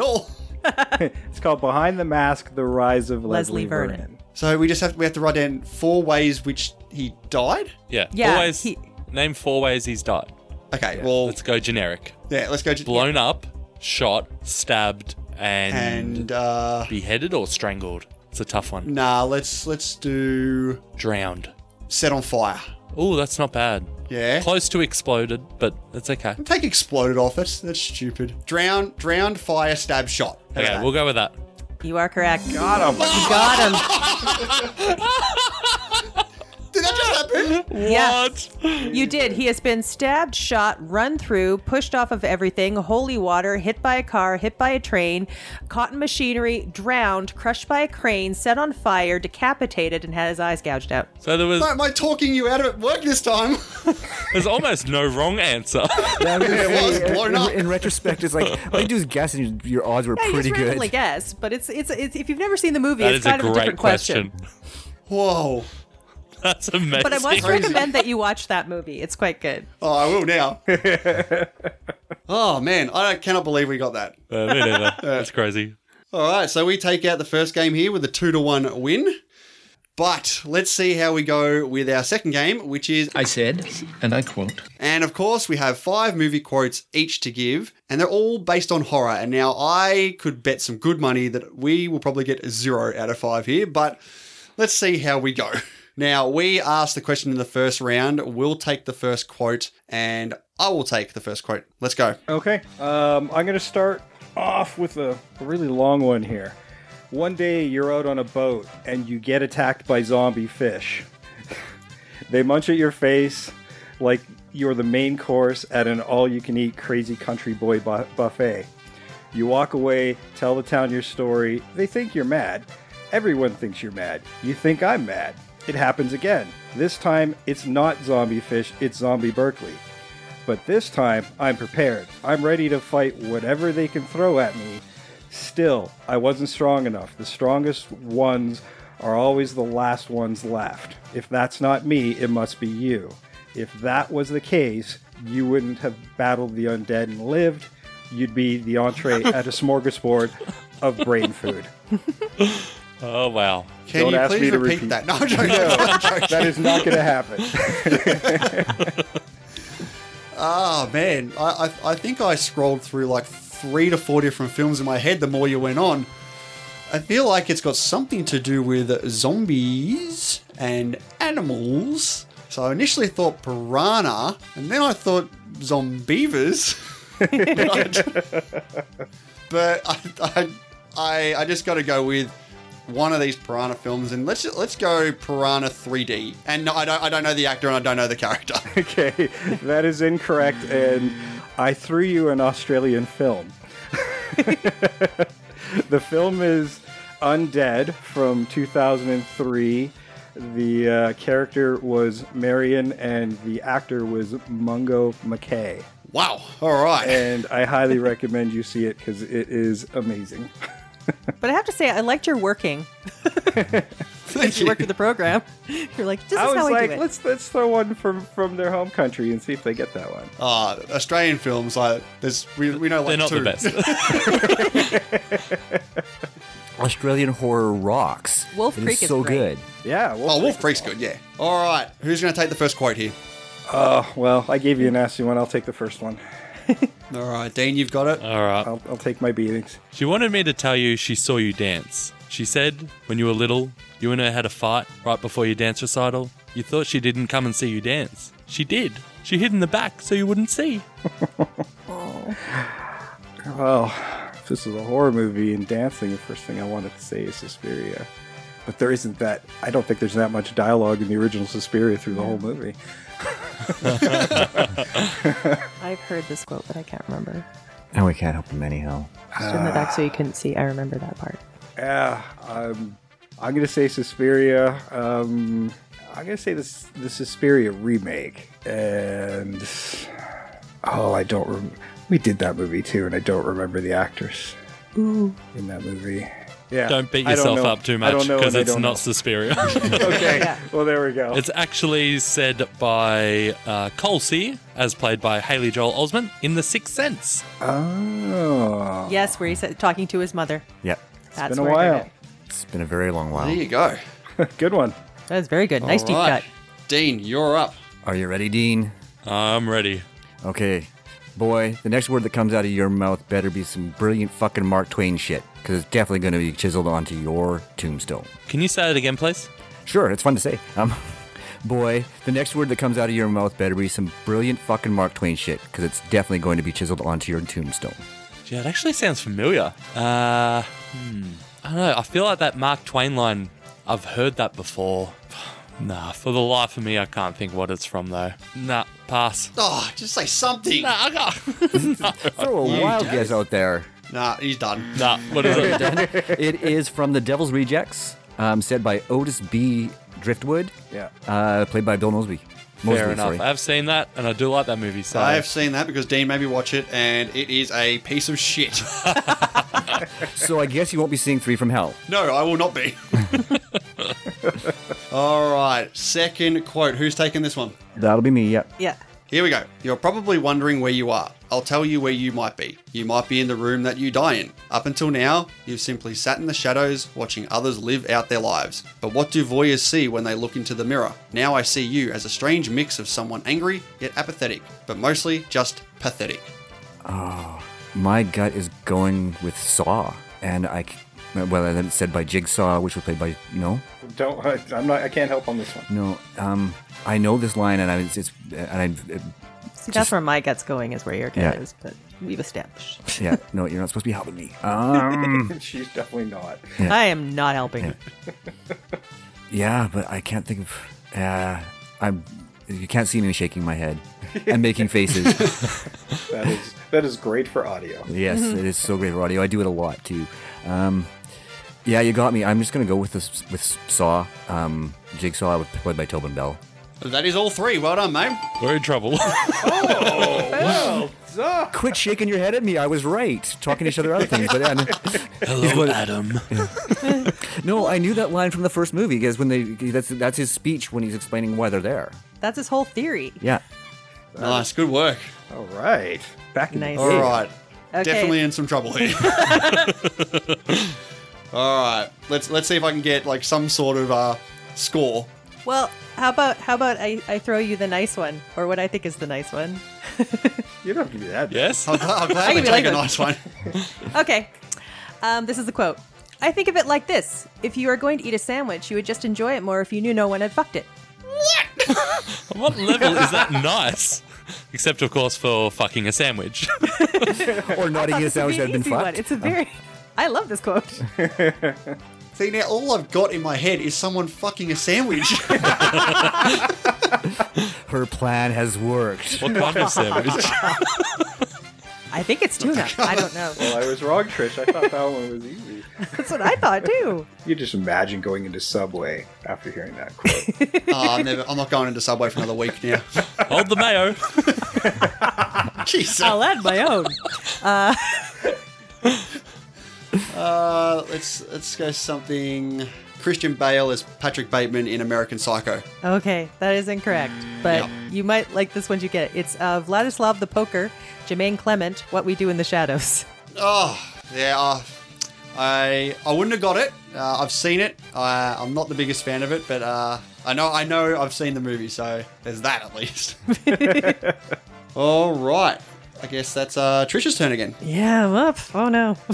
Speaker 2: all.
Speaker 4: It's called Behind the Mask: The Rise of Leslie,
Speaker 5: Leslie
Speaker 4: Vernon.
Speaker 5: Vernon.
Speaker 2: So we just have we have to write down four ways which he died.
Speaker 1: Yeah.
Speaker 5: Yeah,
Speaker 1: four ways.
Speaker 5: he-
Speaker 1: Name four ways he's died.
Speaker 2: Okay, well,
Speaker 1: Let's go generic.
Speaker 2: yeah, let's go. To,
Speaker 1: Blown up, shot, stabbed, and,
Speaker 2: and uh,
Speaker 1: beheaded or strangled. It's a tough one.
Speaker 2: nah, let's let's do
Speaker 1: Drowned.
Speaker 2: set on fire.
Speaker 1: Oh, that's not bad.
Speaker 2: Yeah.
Speaker 1: Close to exploded, but that's okay.
Speaker 2: Take exploded off. That's that's stupid. Drown, drowned, fire, stab, shot. How's
Speaker 1: Okay,
Speaker 2: that?
Speaker 1: we'll go with that.
Speaker 5: You are correct.
Speaker 4: Got him.
Speaker 5: You got
Speaker 2: Did that just happen?
Speaker 5: him. yeah.
Speaker 1: What?
Speaker 5: You did. He has been stabbed, shot, run through, pushed off of everything, holy water, hit by a car, hit by a train, caught in machinery, drowned, crushed by a crane, set on fire, decapitated, and had his eyes gouged out.
Speaker 1: So there was
Speaker 2: No, Am I talking you out of it work this time?
Speaker 1: there's almost no wrong answer.
Speaker 3: Yeah, I was gonna
Speaker 2: it was
Speaker 3: say, uh,
Speaker 2: blown
Speaker 3: in,
Speaker 2: up.
Speaker 3: in retrospect, it's like all you do is guess, and your, your odds were
Speaker 5: I
Speaker 3: pretty
Speaker 5: just
Speaker 3: good.
Speaker 5: randomly guess, but it's, it's it's if you've never seen the movie,
Speaker 1: that
Speaker 5: it's
Speaker 1: is a
Speaker 5: kind of a
Speaker 1: great
Speaker 5: different question.
Speaker 1: question.
Speaker 2: Whoa.
Speaker 1: That's amazing.
Speaker 5: But I must
Speaker 2: Crazy.
Speaker 5: recommend that you watch that movie. It's quite good.
Speaker 2: Oh, I will now. oh man, I cannot believe we got that.
Speaker 1: Uh, me neither. That's crazy.
Speaker 2: All right, so we take out the first game here with a two to one win. But let's see how we go with our second game, which is,
Speaker 6: I said, and I quote,
Speaker 2: and of course, we have five movie quotes each to give, and they're all based on horror. And now I could bet some good money that we will probably get a zero out of five here, but let's see how we go. Now, we asked the question in the first round. We'll take the first quote, and I will take the first quote. Let's go.
Speaker 4: Okay. Um, I'm gonna start off with a, a really long one here. One day you're out on a boat and you get attacked by zombie fish. they munch at your face like you're the main course at an all-you-can-eat crazy country boy bu- buffet. You walk away, tell the town your story. They think you're mad. Everyone thinks you're mad. You think I'm mad. It happens again. This time, it's not zombie fish, it's zombie Berkeley. But this time, I'm prepared. I'm ready to fight whatever they can throw at me. Still, I wasn't strong enough. The strongest ones are always the last ones left. If that's not me, it must be you. If that was the case, you wouldn't have battled the undead and lived. You'd be the entree at a smorgasbord of brain food.
Speaker 1: Oh, wow.
Speaker 2: Can
Speaker 4: Don't
Speaker 2: you
Speaker 4: ask
Speaker 2: please
Speaker 4: me to
Speaker 2: repeat,
Speaker 4: repeat.
Speaker 2: that? No, I'm joking. I'm joking.
Speaker 4: That is not going to happen.
Speaker 2: Oh man, I, I I think I scrolled through like three to four different films in my head. The more you went on, I feel like it's got something to do with zombies and animals. So I initially thought piranha, and then I thought zombievers. but I, I, I, I just got to go with one of these piranha films, and let's let's go piranha 3D. And no, I don't I don't know the actor, and I don't know the character.
Speaker 4: Okay, that is incorrect, and I threw you an Australian film. the film is Undead from 2003. The uh, character was Marion, and the actor was Mungo McKay.
Speaker 2: wow. All right.
Speaker 4: And I highly recommend you see it because it is amazing.
Speaker 5: But I have to say, I liked your working.
Speaker 2: Thank
Speaker 5: You worked with the program. You're like, this
Speaker 4: I
Speaker 5: is
Speaker 4: was
Speaker 5: how I
Speaker 4: like,
Speaker 5: do it.
Speaker 4: let's let's throw one from from their home country and see if they get that one.
Speaker 2: uh, Australian films. Like there's, we, we know like
Speaker 1: They're not
Speaker 2: two.
Speaker 1: the best.
Speaker 3: Australian horror rocks.
Speaker 5: Wolf
Speaker 3: It
Speaker 5: Creek is
Speaker 3: so
Speaker 5: great.
Speaker 3: good.
Speaker 4: Yeah. Well,
Speaker 2: Oh, Wolf Creek's good. Yeah. All right. Who's going to take the first quote here?
Speaker 4: well, I gave you a nasty one. I'll take the first one.
Speaker 2: All right, Dean, you've got it.
Speaker 1: All right.
Speaker 4: I'll, I'll take my beatings.
Speaker 1: She wanted me to tell you she saw you dance. She said, when you were little, you and her had a fight right before your dance recital. You thought she didn't come and see you dance. She did. She hid in the back so you wouldn't see.
Speaker 4: Well, if this was a horror movie and dancing, the first thing I wanted to say is Suspiria. But there isn't that. I don't think there's that much dialogue in the original Suspiria through the whole movie.
Speaker 5: I've heard this quote, but I can't remember.
Speaker 3: Oh, I can't help him anyhow.
Speaker 5: Stood in the back so you couldn't see. I remember that part.
Speaker 4: Yeah, um, I'm gonna say Suspiria. Um, I'm gonna say this the Suspiria remake, and oh, I don't. Rem- we did that movie too, and I don't remember the actress in that movie. Yeah,
Speaker 1: Don't beat
Speaker 4: I don't
Speaker 1: yourself
Speaker 4: know.
Speaker 1: up too
Speaker 4: I
Speaker 1: much
Speaker 4: don't know,
Speaker 1: because
Speaker 4: and I
Speaker 1: it's
Speaker 4: don't
Speaker 1: not Suspiria.
Speaker 4: know. okay. Well, there we go.
Speaker 1: it's actually said by uh, Cole Sear, as played by Haley Joel Osment, in The Sixth Sense.
Speaker 4: oh,
Speaker 5: Yes, where he's talking to his mother.
Speaker 3: Yep.
Speaker 5: That's
Speaker 4: been a
Speaker 5: where I heard
Speaker 4: while.
Speaker 5: it.
Speaker 3: It's been a very long
Speaker 2: There
Speaker 3: while.
Speaker 2: you go.
Speaker 4: good one.
Speaker 5: That was very good. Nice
Speaker 2: All
Speaker 5: deep
Speaker 2: right.
Speaker 5: cut.
Speaker 2: Dean, you're up.
Speaker 3: Are you ready, Dean?
Speaker 1: I'm ready.
Speaker 3: Okay. Boy, the next word that comes out of your mouth better be some brilliant fucking Mark Twain shit, because it's definitely going to be chiseled onto your tombstone.
Speaker 1: Can you say it again, please?
Speaker 3: Sure, it's fun to say. Um, boy, the next word that comes out of your mouth better be some brilliant fucking Mark Twain shit, because it's definitely going to be chiseled onto your tombstone.
Speaker 1: Yeah, it actually sounds familiar. Uh, hmm. I don't know. I feel like that Mark Twain line, I've heard that before. Nah, for the life of me, I can't think what it's from, though. Nah, pass.
Speaker 2: Oh, just say something.
Speaker 1: Nah, I got.
Speaker 3: Throw a wild guess out there.
Speaker 2: Nah, he's done.
Speaker 1: nah, what is it?
Speaker 3: it is from The Devil's Rejects, um, said by Otis B. Driftwood,
Speaker 4: Yeah.
Speaker 3: uh, played by Bill Mosby. Mosley,
Speaker 1: Fair enough.
Speaker 3: sorry.
Speaker 1: I've seen that, and I do like that movie, so.
Speaker 2: I've seen that because Dean made me watch it, and it is a piece of shit.
Speaker 3: So I guess you won't be seeing Three from Hell.
Speaker 2: no, I will not be. All right, second quote. Who's taking this one?
Speaker 3: That'll be me, yep.
Speaker 5: Yeah.
Speaker 2: Here we go. You're probably wondering where you are. I'll tell you where you might be. You might be in the room that you die in. Up until now, you've simply sat in the shadows watching others live out their lives. But what do voyeurs see when they look into the mirror? Now I see you as a strange mix of someone angry yet apathetic, but mostly just pathetic.
Speaker 3: My gut is going with Saw, and I. c- Well, and then it's said by Jigsaw, which was played by. No?
Speaker 4: Don't. I'm not. I can't help on this one.
Speaker 3: No. Um, I know this line, and I, it's. it's and I,
Speaker 5: See, that's where my gut's going is where your gut
Speaker 3: Yeah.
Speaker 5: is, but we've established.
Speaker 3: yeah, no, you're not supposed to be helping me. Um,
Speaker 4: She's definitely not.
Speaker 5: I am not helping.
Speaker 3: yeah, but I can't think of. Uh, I'm. You can't see me shaking my head and making faces.
Speaker 4: That is that is great for audio.
Speaker 3: yes,
Speaker 5: Mm-hmm.
Speaker 3: it is so great for audio. I do it a lot too. Um, yeah, you got me. I'm just gonna go with this with Saw. Um, Jigsaw was played by Tobin Bell.
Speaker 2: That is all three. Well done, mate.
Speaker 1: We're in trouble.
Speaker 3: Quit shaking your head at me. I was right. Talking to each other other things, but yeah, no-
Speaker 1: Hello, Adam.
Speaker 3: no, I knew that line from the first movie because when they that's that's his speech when he's explaining why they're there.
Speaker 5: That's his whole theory.
Speaker 3: Yeah.
Speaker 2: Nice. Good work.
Speaker 4: All right. Back in
Speaker 5: Nice.
Speaker 4: the
Speaker 2: All
Speaker 5: Yeah.
Speaker 2: right.
Speaker 5: Okay.
Speaker 2: Definitely in some trouble here. All right. Let's let's see if I can get like some sort of uh, score.
Speaker 5: Well, how about how about I, I throw you the nice one, or what I think is the nice one?
Speaker 4: You don't have to do that.
Speaker 1: Yes.
Speaker 2: I'll, I'll gladly
Speaker 5: can be
Speaker 2: take
Speaker 5: like
Speaker 2: a
Speaker 5: that.
Speaker 2: nice one.
Speaker 5: Okay. Um, this is the quote. I think of it like this: If you are going to eat a sandwich, you would just enjoy it more if you knew no one had fucked it.
Speaker 1: On what level is that nice? Except, of course, for fucking a sandwich.
Speaker 3: Or not eating a
Speaker 5: It's a
Speaker 3: sandwich that
Speaker 5: very
Speaker 3: had been
Speaker 5: easy one.
Speaker 3: fucked. Oh.
Speaker 5: It's a very. I love this quote.
Speaker 2: See now, all I've got in my head is someone fucking a sandwich.
Speaker 3: Her plan has worked.
Speaker 1: what kind of sandwich?
Speaker 5: I think it's tuna.
Speaker 3: Oh
Speaker 5: I don't know.
Speaker 4: Well, I was wrong, Trish. I thought that one was easy.
Speaker 5: That's what I thought too.
Speaker 4: You just imagine going into Subway after hearing that quote.
Speaker 2: oh, I'm, never, I'm not going into Subway for another week now.
Speaker 1: Hold the mayo.
Speaker 2: Jesus.
Speaker 5: I'll add my own.
Speaker 2: Uh, let's let's go something. Christian Bale as Patrick Bateman in American Psycho.
Speaker 5: Okay, that is incorrect, but
Speaker 2: Yeah.
Speaker 5: you might like this once you get it. It's uh, Vladislav the Poker, Jermaine Clement, What We Do in the Shadows.
Speaker 2: Oh, yeah. Uh, I I wouldn't have got it. Uh, I've seen it. Uh, I'm not the biggest fan of it, but uh, I know I know I've seen the movie, so there's that at least. All right. I guess that's uh, Trisha's turn again.
Speaker 5: Yeah, I'm up. Oh no.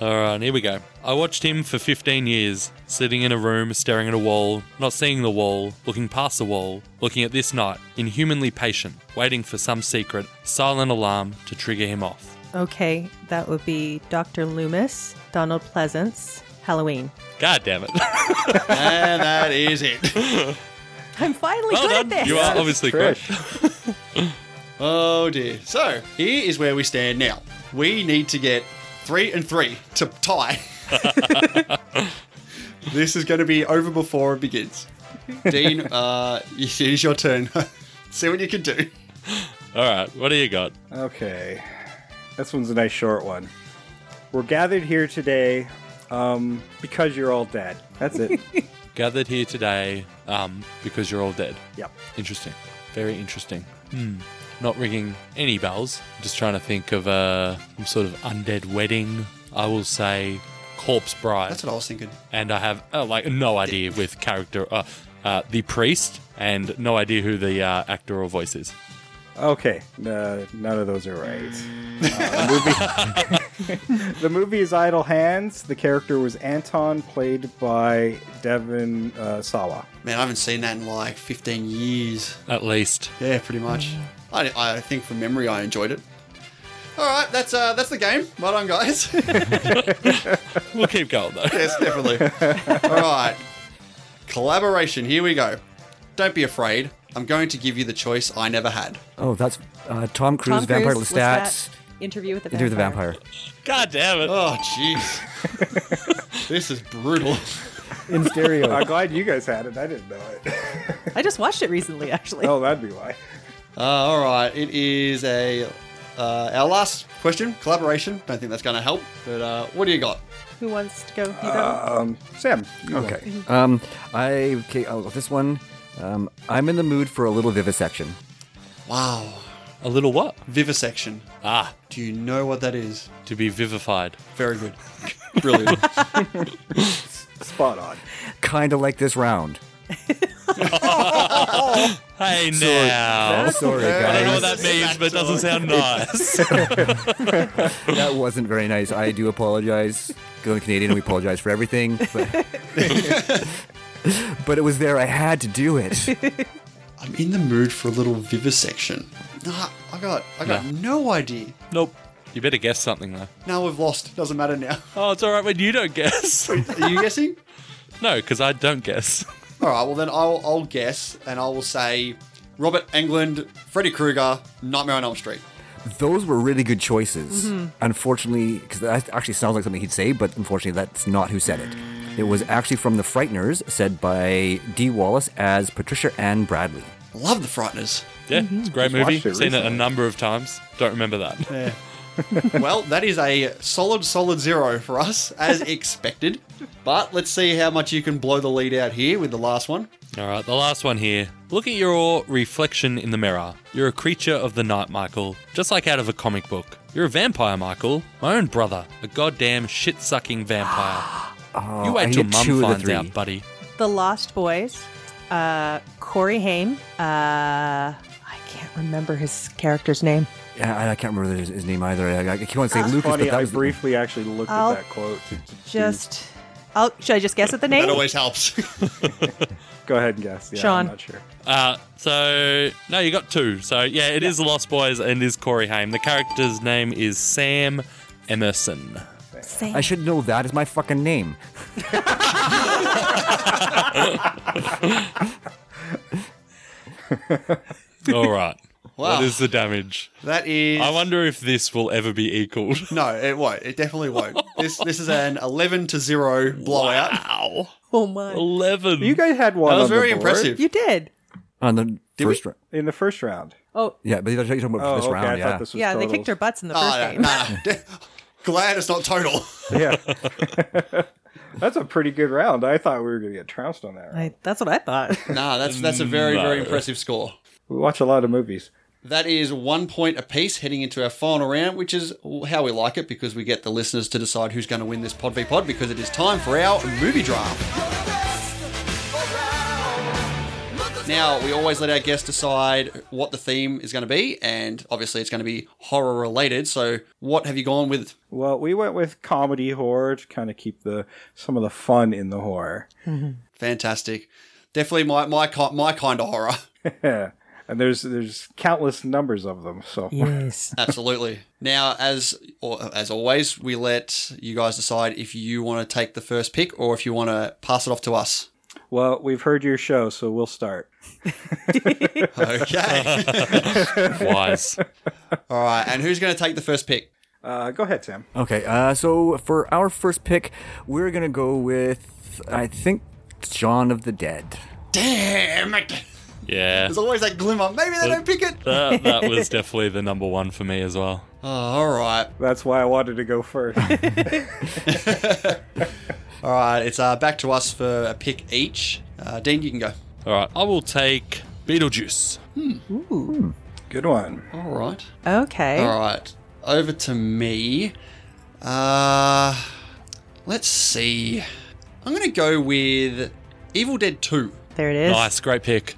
Speaker 1: All right, here we go. I watched him for 15 years, sitting in a room, staring at a wall, not seeing the wall, looking past the wall, looking at this night, inhumanly patient, waiting for some secret, silent alarm to trigger him off.
Speaker 5: okay, that would be Dr. Loomis, Donald Pleasance, Halloween.
Speaker 1: God damn it.
Speaker 2: and that is it.
Speaker 5: I'm finally
Speaker 1: well
Speaker 5: good
Speaker 1: done.
Speaker 5: at this.
Speaker 1: You are obviously correct.
Speaker 4: Trish.
Speaker 2: Oh dear. So here is where we stand now. We need to get three and three to tie. this is going to be over before it begins. Dean, uh, it is your turn. See what you can do.
Speaker 1: All right, what do you got?
Speaker 4: Okay. This one's a nice short one. We're gathered here today um, because you're all dead. That's it.
Speaker 1: Gathered here today um, because you're all dead.
Speaker 4: yep.
Speaker 1: Interesting. Very interesting. Hmm. Not ringing any bells. just trying to think of uh, some sort of undead wedding. I will say corpse bride.
Speaker 2: That's what I was thinking.
Speaker 1: and I have uh, like no idea with character uh, uh, the priest and no idea who the uh, actor or voice is.
Speaker 4: Okay. No, none of those are right. Uh,
Speaker 2: Mm.
Speaker 4: the, movie, the movie is Idle Hands. The character was Anton, played by Devin uh, Sawa.
Speaker 2: Man, I haven't seen that in like 15 years.
Speaker 1: At least
Speaker 2: Yeah, pretty much. I, I think from memory, I enjoyed it. All right, that's uh, that's the game. Well done, guys.
Speaker 1: we'll keep going though.
Speaker 2: Yes, definitely. All right. Collaboration. Here we go. Don't be afraid. I'm going to give you the choice I never had.
Speaker 3: Oh, that's uh, Tom Cruise,
Speaker 5: Tom
Speaker 3: Vampire
Speaker 5: Cruise,
Speaker 3: Lestat,
Speaker 5: Lestat, Interview with the Vampire.
Speaker 3: Enter the Vampire.
Speaker 1: God damn it!
Speaker 2: Oh, jeez. this is brutal.
Speaker 3: In stereo.
Speaker 4: I'm glad you guys had it. I didn't know it.
Speaker 5: I just watched it recently, actually.
Speaker 4: oh, that'd be why.
Speaker 2: Uh, all right. It is a uh, our last question. Collaboration. Don't think that's going to help. But uh, what do you got?
Speaker 5: Who wants to go? You go.
Speaker 4: Sam. you go.
Speaker 3: Okay. Um, I okay. Oh, this one. Um, I'm in the mood for a little vivisection.
Speaker 2: Wow.
Speaker 1: A little what?
Speaker 2: Vivisection.
Speaker 1: Ah,
Speaker 2: Do you know what that is?
Speaker 1: to be vivified.
Speaker 2: Very good. Brilliant.
Speaker 4: Spot on.
Speaker 3: Kind of like this round.
Speaker 1: Hey now.
Speaker 3: Oh, sorry,
Speaker 1: I don't know what
Speaker 3: guys.
Speaker 1: that means, but it doesn't sound nice.
Speaker 3: That wasn't very nice. I do apologize. Going Canadian, we apologize for everything. But, but it was there. I had to do it.
Speaker 2: I'm in the mood for a little vivisection. Nah, I got I got
Speaker 1: Nah.
Speaker 2: no idea.
Speaker 1: nope. You better guess something though.
Speaker 2: Now we've lost. Doesn't matter now.
Speaker 1: Oh, it's all right when you don't guess.
Speaker 2: Are you guessing?
Speaker 1: no, because I don't guess.
Speaker 2: All right, well then I'll, I'll guess, and I will say Robert Englund, Freddy Krueger, Nightmare on Elm Street.
Speaker 3: Those were really good choices. Unfortunately, because that actually sounds like something he'd say, but unfortunately, that's not who said it. It was actually from The Frighteners, said by Dee Wallace as Patricia Ann Bradley.
Speaker 2: Love the Frighteners.
Speaker 1: Yeah, it's a great
Speaker 4: Just watched
Speaker 1: movie.
Speaker 4: it
Speaker 1: Seen it a
Speaker 4: recently.
Speaker 1: number of times. Don't remember that.
Speaker 2: well, that is a solid, solid zero for us, as expected. But let's see how much you can blow the lead out here with the last one.
Speaker 1: All right, the last one here. Look at your reflection in the mirror. You're a creature of the night, Michael, just like out of a comic book. You're a vampire, Michael. My own brother, a goddamn shit-sucking vampire. you
Speaker 3: Oh, I
Speaker 1: wait till
Speaker 3: get
Speaker 1: mum
Speaker 3: two of the
Speaker 1: finds
Speaker 3: three.
Speaker 1: out, buddy.
Speaker 5: The Lost Boys, uh, Corey Haim. Uh, I can't remember his character's name.
Speaker 3: Yeah, I, I can't remember his, his name either. I, I keep on saying Lucas,
Speaker 4: Funny,
Speaker 3: but that
Speaker 4: I
Speaker 3: was the-
Speaker 4: briefly actually looked
Speaker 5: I'll
Speaker 4: at that quote. to- to- to-
Speaker 5: Just, I'll, should I just guess at the
Speaker 2: That
Speaker 5: name?
Speaker 2: always helps.
Speaker 4: go ahead and guess. Yeah,
Speaker 5: Sean.
Speaker 4: I'm not sure.
Speaker 1: Uh, so no, you got two. So yeah, it is The Lost Boys and it is Corey Haim. The character's name is Sam Emerson.
Speaker 5: Sam.
Speaker 3: I should know that is my fucking name.
Speaker 1: All right.
Speaker 2: Wow.
Speaker 1: What is the damage?
Speaker 2: that is.
Speaker 1: I wonder if this will ever be equaled.
Speaker 2: No, it won't. It definitely won't. this this is an eleven to zero blowout.
Speaker 1: Wow.
Speaker 5: oh my!
Speaker 1: Eleven.
Speaker 4: You guys had one.
Speaker 2: That was
Speaker 4: on the
Speaker 2: very
Speaker 4: board
Speaker 2: impressive.
Speaker 5: You did.
Speaker 3: On the first round.
Speaker 4: in the first round.
Speaker 5: Oh
Speaker 3: Yeah, but you're talking about
Speaker 4: Oh,
Speaker 3: this
Speaker 4: okay.
Speaker 3: round,
Speaker 4: I
Speaker 3: yeah.
Speaker 4: thought this was
Speaker 5: yeah,
Speaker 4: totals.
Speaker 5: they kicked our butts in the first
Speaker 2: Oh,
Speaker 5: game.
Speaker 2: no, no. Glad it's not total.
Speaker 4: Yeah, that's a pretty good round. I thought we were going to get trounced on that. Round.
Speaker 5: I, that's what I thought.
Speaker 2: Nah, that's that's a very very
Speaker 1: No.
Speaker 2: impressive score.
Speaker 4: We watch a lot of movies.
Speaker 2: That is one point apiece heading into our final round, which is how we like it because we get the listeners to decide who's going to win this Pod v Pod because it is time for our movie draft. Now, we always let our guests decide what the theme is going to be, and obviously it's going to be horror related. So, what have you gone with?
Speaker 4: Well, we went with comedy horror to kind of keep the some of the fun in the horror.
Speaker 2: Fantastic. Definitely my, my, ki- my kind of horror.
Speaker 4: Yeah. And there's there's countless numbers of them. So
Speaker 5: yes.
Speaker 2: Absolutely. Now, as or, as always, we let you guys decide if you want to take the first pick or if you want to pass it off to us.
Speaker 4: well, we've heard your show, so we'll start.
Speaker 2: Okay.
Speaker 1: wise.
Speaker 2: All right. And who's going to take the first pick?
Speaker 4: Uh, go ahead, Sam.
Speaker 3: Okay, uh, so for our first pick, we're gonna go with I think John of the Dead.
Speaker 2: Damn it.
Speaker 1: Yeah.
Speaker 2: There's always that glimmer. Maybe they don't pick it. Oh,
Speaker 1: that, that was definitely the number one for me as well.
Speaker 2: all right.
Speaker 4: That's why I wanted to go first.
Speaker 2: All right. It's uh, back to us for a pick each. Uh, Dean, you can go.
Speaker 1: All right, I will take Beetlejuice.
Speaker 4: Good one.
Speaker 2: All right.
Speaker 5: Okay.
Speaker 2: All right. Over to me. Uh, let's see. I'm going to go with Evil Dead 2.
Speaker 5: There it is.
Speaker 1: Nice, great pick.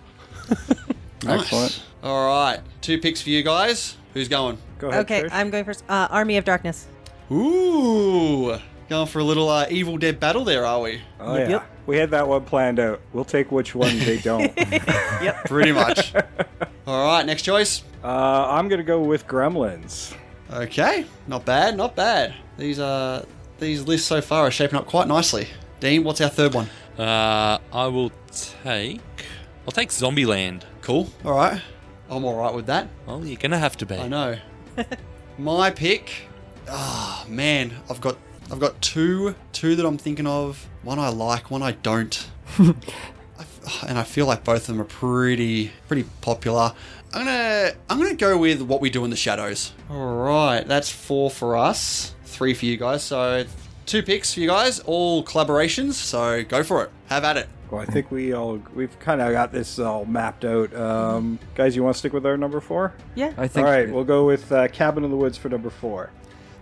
Speaker 2: Nice.
Speaker 4: Excellent.
Speaker 2: All right. Two picks for you guys. Who's going?
Speaker 4: Go ahead.
Speaker 5: Okay,
Speaker 4: Trish.
Speaker 5: I'm going first. Uh, Army of Darkness.
Speaker 2: Ooh. Going for a little uh, Evil Dead battle there, are we?
Speaker 4: oh, yeah. We had that one planned out. We'll take which one they don't.
Speaker 2: Pretty much. All right, next choice.
Speaker 4: uh, I'm gonna go with Gremlins.
Speaker 2: Okay, not bad, not bad. These uh, these lists so far are shaping up quite nicely. Dean, what's our third one?
Speaker 1: Uh, I will take. I'll take Zombieland.
Speaker 2: Cool. All right, I'm all right with that.
Speaker 1: Oh, you're gonna have to be.
Speaker 2: I know. My pick. Ah, man, I've got I've got two two that I'm thinking of. One I like, one I don't. I f- and I feel like both of them are pretty pretty popular. I'm gonna I'm gonna go with what we do in the shadows. All right, that's four for us, three for you guys. So two picks for you guys, all collaborations. So go for it. Have at it.
Speaker 4: Well, I think we all we've kind of got this all mapped out. Um, guys, you want to stick with our number four?
Speaker 5: Yeah.
Speaker 3: I think.
Speaker 4: All right, we'll go with uh, Cabin in the Woods for number four.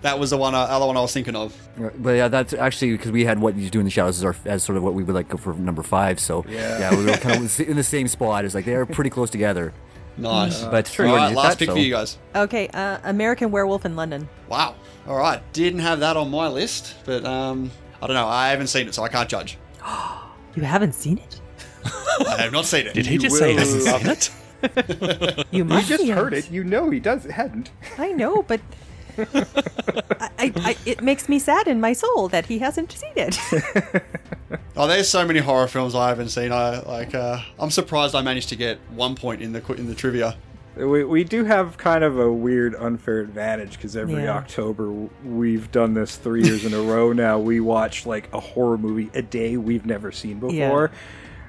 Speaker 2: That was the one I- other one I was thinking of.
Speaker 3: uh, but yeah, that's actually because we had what you do in the shadows as, our, as sort of what we would like go for number five. So yeah, we were kind of in the same spot. It's like they're pretty close together.
Speaker 2: Nice.
Speaker 3: Mm. But
Speaker 2: all right, last pick
Speaker 3: so-
Speaker 2: for you guys.
Speaker 5: Okay, uh, American Werewolf in London.
Speaker 2: Wow. All right. Didn't have that on my list, but um, I don't know. I haven't seen it, so I can't judge.
Speaker 5: You haven't seen it?
Speaker 2: I have not seen it.
Speaker 1: Did he just say he hasn't seen it?
Speaker 5: You
Speaker 4: You
Speaker 5: must
Speaker 4: just
Speaker 5: see
Speaker 4: heard it. You know he does. It hadn't.
Speaker 5: I know, but I, I, I, it makes me sad in my soul that he hasn't seen it.
Speaker 2: Oh, there's so many horror films I haven't seen. I like. Uh, I'm surprised I managed to get one point in the qu- in the trivia.
Speaker 4: We, we do have kind of a weird unfair advantage because every
Speaker 5: Yeah.
Speaker 4: October w- we've done this three years in a row now. We watch like a horror movie a day we've never seen
Speaker 5: Yeah.
Speaker 4: before.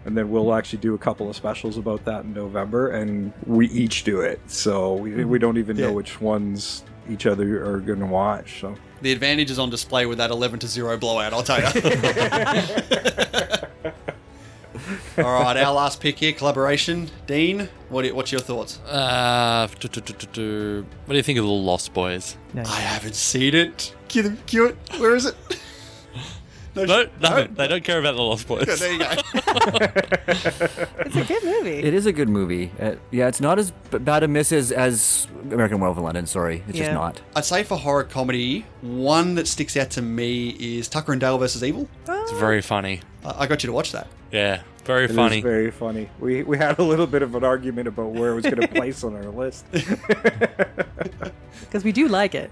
Speaker 4: And then we'll actually do a couple of specials about that in November, and we each do it. So we, we don't even know
Speaker 2: Yeah.
Speaker 4: which ones each other are going to watch. So
Speaker 2: The advantage is on display with that 11 to 0 blowout, I'll tell you. All right, our last pick here, collaboration. Dean, what do you- what's your thoughts?
Speaker 1: Uh, do, do, do, do, do. What do you think of the Lost Boys?
Speaker 2: I haven't seen it. Cue, the, cue it. Where is it?
Speaker 1: No,
Speaker 2: sh-
Speaker 1: nothing. They don't care about the Lost Boys.
Speaker 2: There you go.
Speaker 5: It's a good movie.
Speaker 3: It is a good movie. Uh, yeah, it's not as b- bad a miss as, as American Werewolf in London. Sorry, it's just
Speaker 5: Yeah.
Speaker 3: not.
Speaker 2: I'd say for horror comedy, one that sticks out to me is Tucker and Dale versus Evil.
Speaker 1: It's
Speaker 5: Ah,
Speaker 1: very funny.
Speaker 2: I I got you to watch that.
Speaker 1: Yeah, very
Speaker 4: it is
Speaker 1: funny.
Speaker 4: very funny. We, we had a little bit of an argument about where it was going to place on our list.
Speaker 5: Because we do like it.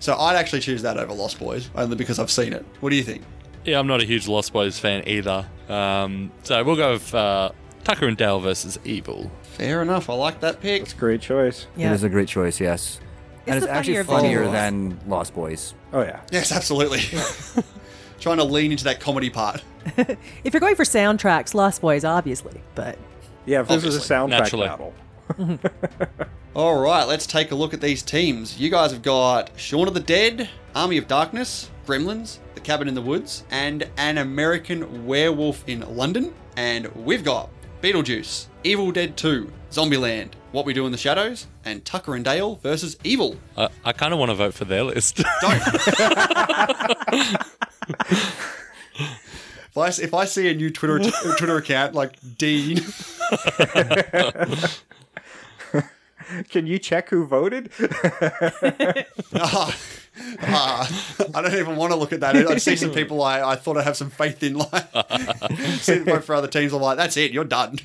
Speaker 2: So I'd actually choose that over Lost Boys, only because I've seen it. What do you think?
Speaker 1: Yeah, I'm not a huge Lost Boys fan either. Um, so we'll go with uh, Tucker and Dale versus Evil.
Speaker 2: Fair enough. I like that pick.
Speaker 4: It's a great choice.
Speaker 5: Yeah.
Speaker 3: It is a great choice. Yes,
Speaker 5: It's
Speaker 3: and it's
Speaker 5: the
Speaker 3: actually
Speaker 5: funnier
Speaker 3: funnier
Speaker 5: of the
Speaker 2: two.
Speaker 3: than Lost Boys.
Speaker 4: Oh, yeah.
Speaker 2: Yes, absolutely. Trying to lean into that comedy part.
Speaker 5: if you're going for soundtracks, Lost Boys, obviously, but
Speaker 4: Yeah, if this was a
Speaker 2: Obviously,
Speaker 4: soundtrack
Speaker 1: naturally.
Speaker 4: battle.
Speaker 2: All right, let's take a look at these teams. You guys have got Shaun of the Dead, Army of Darkness, Gremlins, The Cabin in the Woods, and An American Werewolf in London. And we've got Beetlejuice, Evil Dead 2, Zombieland, What We Do in the Shadows, and Tucker and Dale versus Evil.
Speaker 1: I, Uh, I kind of want to vote for their list.
Speaker 2: If I, if I see a new Twitter Twitter account like Dean,
Speaker 4: Can you check who voted?
Speaker 2: ah, ah, I don't even want to look at that. I see some people I, I thought I'd have some faith in. Like, see them vote for other teams, I'm like, that's it, you're done.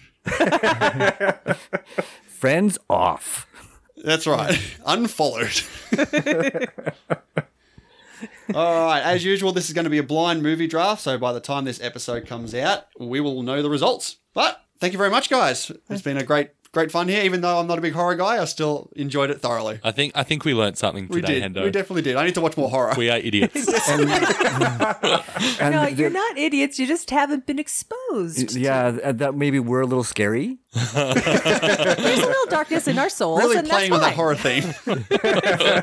Speaker 3: Friends off.
Speaker 2: That's right. Unfollowed. All right. As usual, this is going to be a blind movie draft. So by the time this episode comes out, we will know the results. But thank you very much, guys. It's been a great, great fun here. Even though I'm not a big horror guy, I still enjoyed it thoroughly.
Speaker 1: I think I think we learnt something
Speaker 2: We
Speaker 1: today,
Speaker 2: did.
Speaker 1: Hendo.
Speaker 2: We definitely did. I need to watch more horror.
Speaker 1: We are idiots.
Speaker 3: And
Speaker 5: no,
Speaker 3: the-
Speaker 5: you're not idiots. You just haven't been exposed.
Speaker 3: Yeah, th- uh, that maybe we're a little scary.
Speaker 5: There's a little darkness in our souls,
Speaker 2: really
Speaker 5: and
Speaker 2: playing
Speaker 5: that's
Speaker 2: with
Speaker 5: fine.
Speaker 2: that horror theme.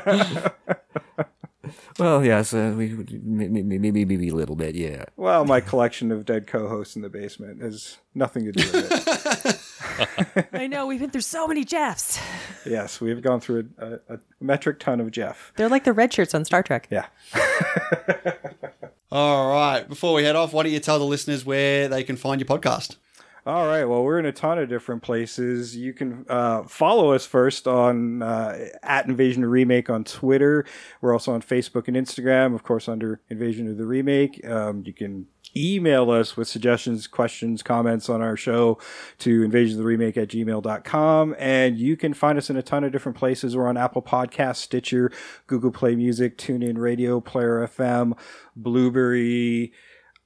Speaker 3: Well, yes, uh, we would- may- may- may- maybe maybe a little bit. Yeah.
Speaker 4: well, my collection of dead co-hosts in the basement has nothing to do with it.
Speaker 5: I know we've been through so many Jeffs.
Speaker 4: yes, we have gone through a, a, a metric ton of Jeff.
Speaker 5: They're like the red shirts on Star Trek.
Speaker 4: Yeah.
Speaker 2: All right. Before we head off, why don't you tell the listeners where they can find your podcast?
Speaker 4: All right. Well, we're in a ton of different places. You can uh, follow us first on uh, at Invasion of Remake on Twitter. We're also on Facebook and Instagram, of course, under Invasion of the Remake. Um, you can email us with suggestions, questions, comments on our show to invasion of the remake at gmail.com. And you can find us in a ton of different places. We're on Apple Podcasts, Stitcher, Google Play Music, TuneIn Radio, Player FM, Blueberry,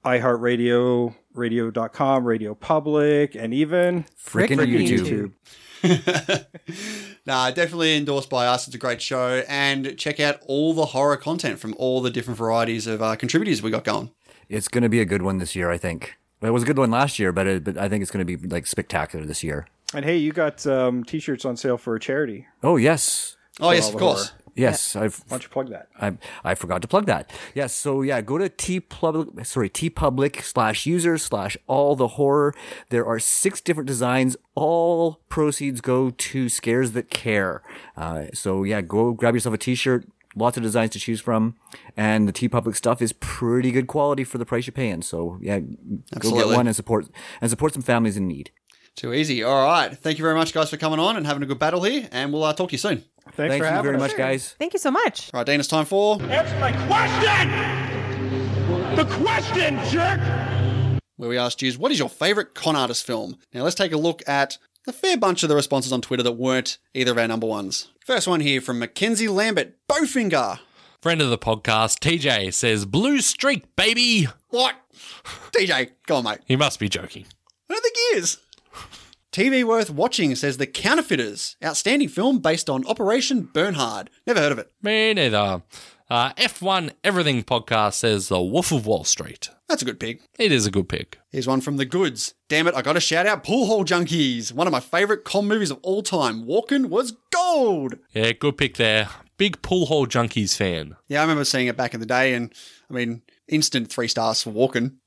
Speaker 4: iHeartRadio, radio.com, Radio Public, and even
Speaker 3: Freaking
Speaker 5: Frickin'
Speaker 3: YouTube.
Speaker 5: YouTube.
Speaker 2: Nah, definitely endorsed by us. It's a great show. And check out all the horror content from all the different varieties of uh, contributors we got going.
Speaker 3: It's going to be a good one this year, I think. Well, It was a good one last year, but it, but I think it's going to be like spectacular this year.
Speaker 4: And hey, you got um, t shirts on sale for a charity.
Speaker 3: Oh yes,
Speaker 2: Oh, yes, of course.
Speaker 3: yes. I've
Speaker 4: Why don't you plug that?
Speaker 3: I, I forgot to plug that. Yes, so yeah, go to T public sorry, T public slash user slash all the horror. There are six different designs. All proceeds go to Scares That Care. Uh, so yeah, go grab yourself a t-shirt. Lots of designs to choose from, and the T public stuff is pretty good quality for the price you're paying. So yeah, go
Speaker 2: Absolutely.
Speaker 3: get one and support and support some families in need.
Speaker 2: Too easy. All right. Thank you very much, guys, for coming on and having a good battle here. And we'll uh, talk to you soon.
Speaker 4: Thanks
Speaker 3: Thank
Speaker 4: for
Speaker 3: you
Speaker 4: having
Speaker 3: very
Speaker 4: us.
Speaker 3: much, guys.
Speaker 5: Thank you so much.
Speaker 2: All right, Dean, it's time for.
Speaker 7: Answer my question! The question, jerk!
Speaker 2: where we asked you, what is your favourite con artist film? Now let's take a look at the fair bunch of the responses on Twitter that weren't either of our number ones. First one here from Mackenzie Lambert, Bowfinger.
Speaker 1: Friend of the podcast, TJ says Blue Streak, baby.
Speaker 2: What? DJ, go on, mate.
Speaker 1: He must be joking.
Speaker 2: I don't think he is. TV worth watching says The Counterfeiters, outstanding film based on Operation Bernhard. Never heard of it.
Speaker 1: Me neither. Uh, F1 Everything podcast says The Wolf of Wall Street.
Speaker 2: That's a good pick.
Speaker 1: It is a good pick.
Speaker 2: Here's one from The Goods. Damn it, I gotta shout out Pool Hall Junkies, one of my favourite com movies of all time. Walkin' was gold!
Speaker 1: Yeah, good pick there. Big pool hall junkies fan.
Speaker 2: Yeah, I remember seeing it back in the day, and I mean, instant three stars for Walkin'.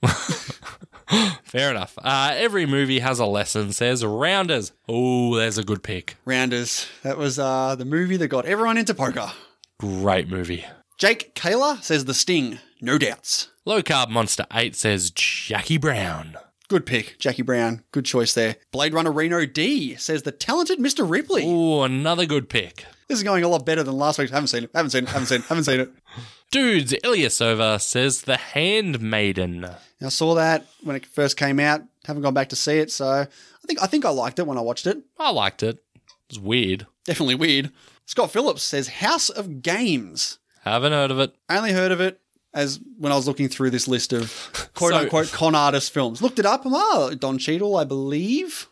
Speaker 1: Fair enough. Uh, every movie has a lesson, says Rounders. Oh, there's a good pick.
Speaker 2: Rounders. That was uh, the movie that got everyone into poker.
Speaker 1: Great movie.
Speaker 2: Jake Kaler says The Sting, no doubts.
Speaker 1: Low Carb Monster 8 says Jackie Brown.
Speaker 2: Good pick, Jackie Brown. Good choice there. Blade Runner Reno D says the talented Mr. Ripley.
Speaker 1: Ooh, another good pick.
Speaker 2: This is going a lot better than last week's. Haven't seen it. Haven't seen it. Haven't seen it. Haven't seen it.
Speaker 1: Dudes, Ilyasova says The Handmaiden.
Speaker 2: And I saw that when it first came out. Haven't gone back to see it, so I think I think I liked it when I watched it.
Speaker 1: I liked it. It's weird.
Speaker 2: Definitely weird. Scott Phillips says House of Games.
Speaker 1: Haven't heard of it.
Speaker 2: I only heard of it as when I was looking through this list of quote
Speaker 1: So-
Speaker 2: unquote con artist films. Looked it up. I'm oh, Don Cheadle, I believe.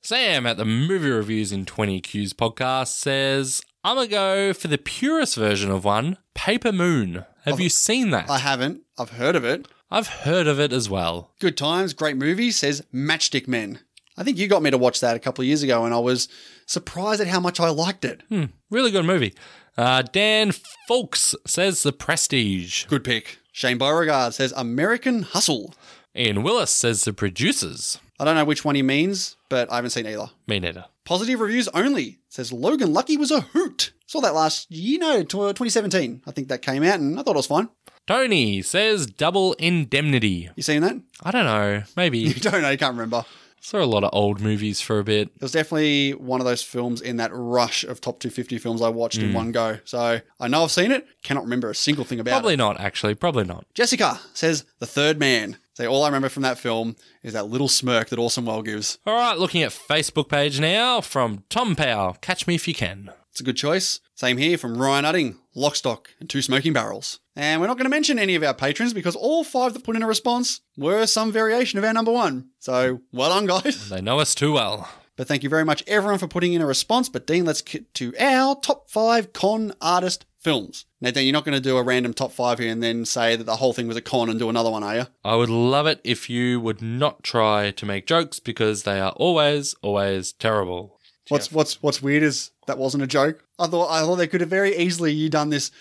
Speaker 1: Sam at the Movie Reviews in 20 Qs podcast says, I'm going to go for the purest version of one, Paper Moon. Have you seen that?
Speaker 2: I haven't. I've heard of it.
Speaker 1: I've heard of it as well.
Speaker 2: Good times, great movie, says Matchstick Men. I think you got me to watch that a couple of years ago, and I was surprised at how much I liked it.
Speaker 1: Really good movie. Uh, Dan Folks says The Prestige.
Speaker 2: Good pick. Shane Beauregard says American Hustle.
Speaker 1: Ian Willis says The Producers.
Speaker 2: I don't know which one he means, but I haven't seen either.
Speaker 1: Me neither.
Speaker 2: Positive reviews only says Logan Lucky was a hoot. Saw that last year, no, tw- 2017. I think that came out, and I thought it was fine.
Speaker 1: Tony says Double Indemnity.
Speaker 2: You seen that?
Speaker 1: I don't know.
Speaker 2: You
Speaker 1: Maybe.
Speaker 2: don't know. You can't remember.
Speaker 1: Saw a lot of old movies for a bit.
Speaker 2: It was definitely one of those films in that rush of top 250 films I watched in one go. So I know I've seen it, cannot remember a single thing about it.
Speaker 1: Probably not, actually. Probably not.
Speaker 2: Jessica says The Third Man. So all I remember from that film is that little smirk that Orson Welles gives.
Speaker 1: All right, looking at Facebook page now from Tom Powell. Catch me if you can.
Speaker 2: It's a good choice. Same here from Ryan Udding, Lockstock, and Two Smoking Barrels. And we're not going to mention any of our patrons because all five that put in a response were some variation of our number one. So well done, guys.
Speaker 1: They know us too well.
Speaker 2: But thank you very much, everyone, for putting in a response. But Dean, let's get to our top five con artist films. Now, Dean, you're not going to do a random top five here and then say that the whole thing was a con and do another one, are you?
Speaker 1: I would love it if you would not try to make jokes because they are always, always terrible.
Speaker 2: What's what's what's weird is that wasn't a joke. I thought I thought they could have very easily you done this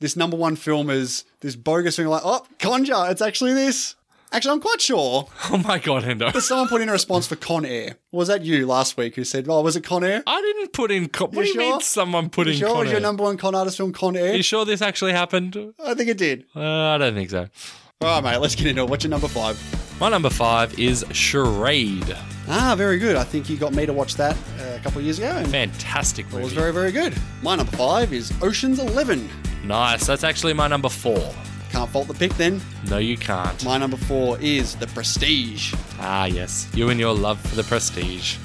Speaker 2: this number one film is this bogus thing like oh Conjure it's actually this. Actually, I'm quite sure
Speaker 1: Oh my god, Hendo.
Speaker 2: that someone put in a response for Con Air. Was that you last week who said oh was it Con Air?
Speaker 1: I didn't put in. Con- what do
Speaker 2: You
Speaker 1: you mean
Speaker 2: sure?
Speaker 1: someone put
Speaker 2: You
Speaker 1: in?
Speaker 2: sure it
Speaker 1: Con
Speaker 2: was your
Speaker 1: Air?
Speaker 2: number one con artist film Con
Speaker 1: Are
Speaker 2: Air?
Speaker 1: you sure this actually happened? Uh,
Speaker 2: I think it did.
Speaker 1: I don't think so.
Speaker 2: All right, mate, let's get into it. What's your number five?
Speaker 1: My number five is Charade.
Speaker 2: Ah, very good. I think you got me to watch that uh, a couple of years ago, and
Speaker 1: Fantastic
Speaker 2: it was
Speaker 1: movie.
Speaker 2: very very good. My number five is Ocean's Eleven.
Speaker 1: Nice. That's actually my number four.
Speaker 2: Can't fault the pick then.
Speaker 1: No, you can't.
Speaker 2: My number four is The Prestige.
Speaker 1: Ah, yes. You and your love for the prestige.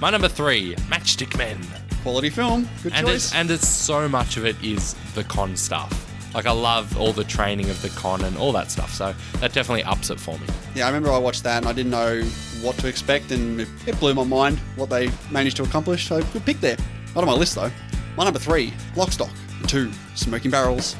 Speaker 1: My number three, Matchstick Men.
Speaker 2: Quality film. Good
Speaker 1: And
Speaker 2: choice.
Speaker 1: it's, and it's so much of it is the con stuff. Like, I love all the training of the con and all that stuff. So, that definitely ups it for me.
Speaker 2: yeah, I remember I watched that and I didn't know what to expect, and it, it blew my mind what they managed to accomplish. So good pick there. Not on my list though. My number three, Lockstock. Two, Smoking Barrels.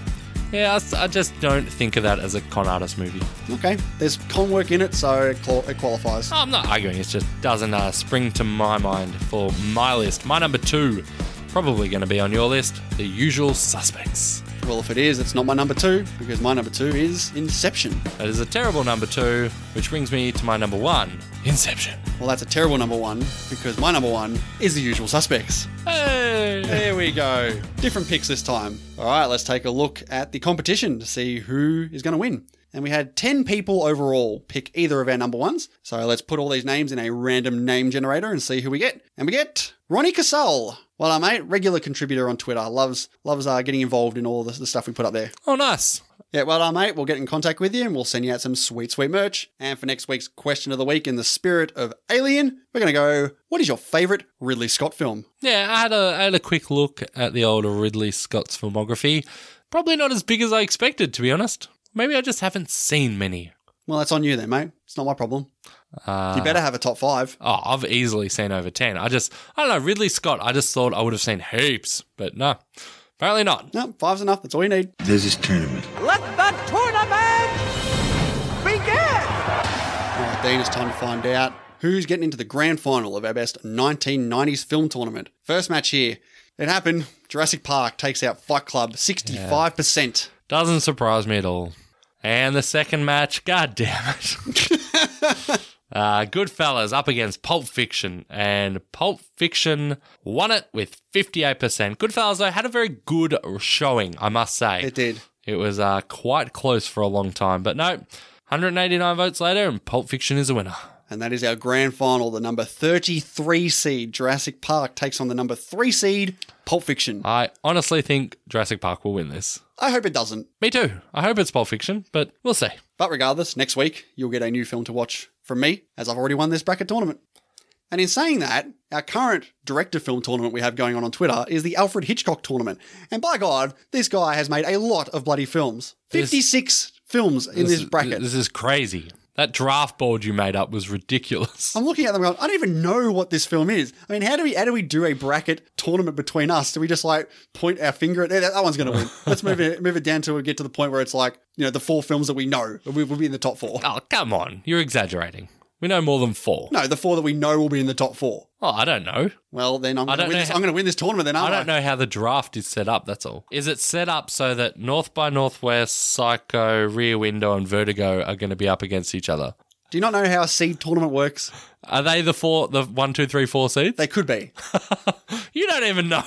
Speaker 1: Yeah, I s- I, just don't think of that as a con artist movie.
Speaker 2: Okay, there's con work in it, so it, qual- it qualifies.
Speaker 1: I'm not arguing. It just doesn't uh, spring to my mind for my list. My number two, probably going to be on your list, The Usual Suspects.
Speaker 2: Well, if it is, it's not my number two because my number two is Inception.
Speaker 1: That is a terrible number two, which brings me to my number one, Inception.
Speaker 2: Well, that's a terrible number one because my number one is The Usual Suspects.
Speaker 1: Hey!
Speaker 2: There we go. Different picks this time. All right, let's take a look at the competition to see who is going to win. And we had 10 people overall pick either of our number ones. So let's put all these names in a random name generator and see who we get. And we get Ronnie Casal. Well, our mate, regular contributor on Twitter, loves loves uh, getting involved in all the, the stuff we put up there.
Speaker 1: Oh, nice.
Speaker 2: Yeah, well done, mate. We'll get in contact with you and we'll send you out some sweet, sweet merch. And for next week's question of the week, in the spirit of Alien, we're going to go, what is your favourite Ridley Scott film?
Speaker 1: Yeah, I had a I had a quick look at the old Ridley Scott's filmography. Probably not as big as I expected, to be honest. Maybe I just haven't seen many.
Speaker 2: Well, that's on you then, mate. It's not my problem. you better have a top five.
Speaker 1: Oh, I've easily seen over 10. I just, I don't know, Ridley Scott, I just thought I would have seen heaps, but no, apparently not.
Speaker 2: No, five's enough. That's all you need.
Speaker 8: There's this tournament.
Speaker 9: Let the tournament begin!
Speaker 2: All right, Dean, it's time to find out who's getting into the grand final of our best 1990s film tournament. First match here. It happened. Jurassic Park takes out Fight Club 65%.
Speaker 1: Doesn't surprise me at all. And the second match, god damn it. uh, Goodfellas up against Pulp Fiction, and Pulp Fiction won it with 58%. Goodfellas, though, had a very good showing, I must say.
Speaker 2: It did.
Speaker 1: It was uh, quite close for a long time, but no, 189 votes later, and Pulp Fiction is a winner.
Speaker 2: And that is our grand final. The number 33 seed, Jurassic Park, takes on the number 3 seed, Pulp Fiction.
Speaker 1: I honestly think Jurassic Park will win this.
Speaker 2: I hope it doesn't.
Speaker 1: Me too. I hope it's Pulp Fiction, but we'll see.
Speaker 2: But regardless, next week you'll get a new film to watch from me, as I've already won this bracket tournament. And in saying that, our current director film tournament we have going on on Twitter is the Alfred Hitchcock tournament. And by God, this guy has made a lot of bloody films. 56 films in this, bracket.
Speaker 1: This is crazy. That draft board you made up was ridiculous.
Speaker 2: I'm looking at them going, I don't even know what this film is. I mean, how do we how do we do a bracket tournament between us? Do we just like point our finger at "Hey, that, that one's going to win? Let's move it move it down till we get to the point where it's like you know the four films that we know we will be in the top four.
Speaker 1: Oh, come on. You're exaggerating. We know more than four.
Speaker 2: No, the four that we know will be in the top four.
Speaker 1: Oh, I don't know.
Speaker 2: Well, then I'm
Speaker 1: don't
Speaker 2: going to win.
Speaker 1: know
Speaker 2: This,
Speaker 1: how-
Speaker 2: I'm going to win this tournament. Then
Speaker 1: I
Speaker 2: aren't I
Speaker 1: don't know how the draft is set up, that's all. Is it set up so that North by Northwest, Psycho, Rear Window, and Vertigo are going to be up against each other?
Speaker 2: Do you not know how a seed tournament works?
Speaker 1: Are they the four, the one, two, three, four seeds?
Speaker 2: They could be.
Speaker 1: you don't even know.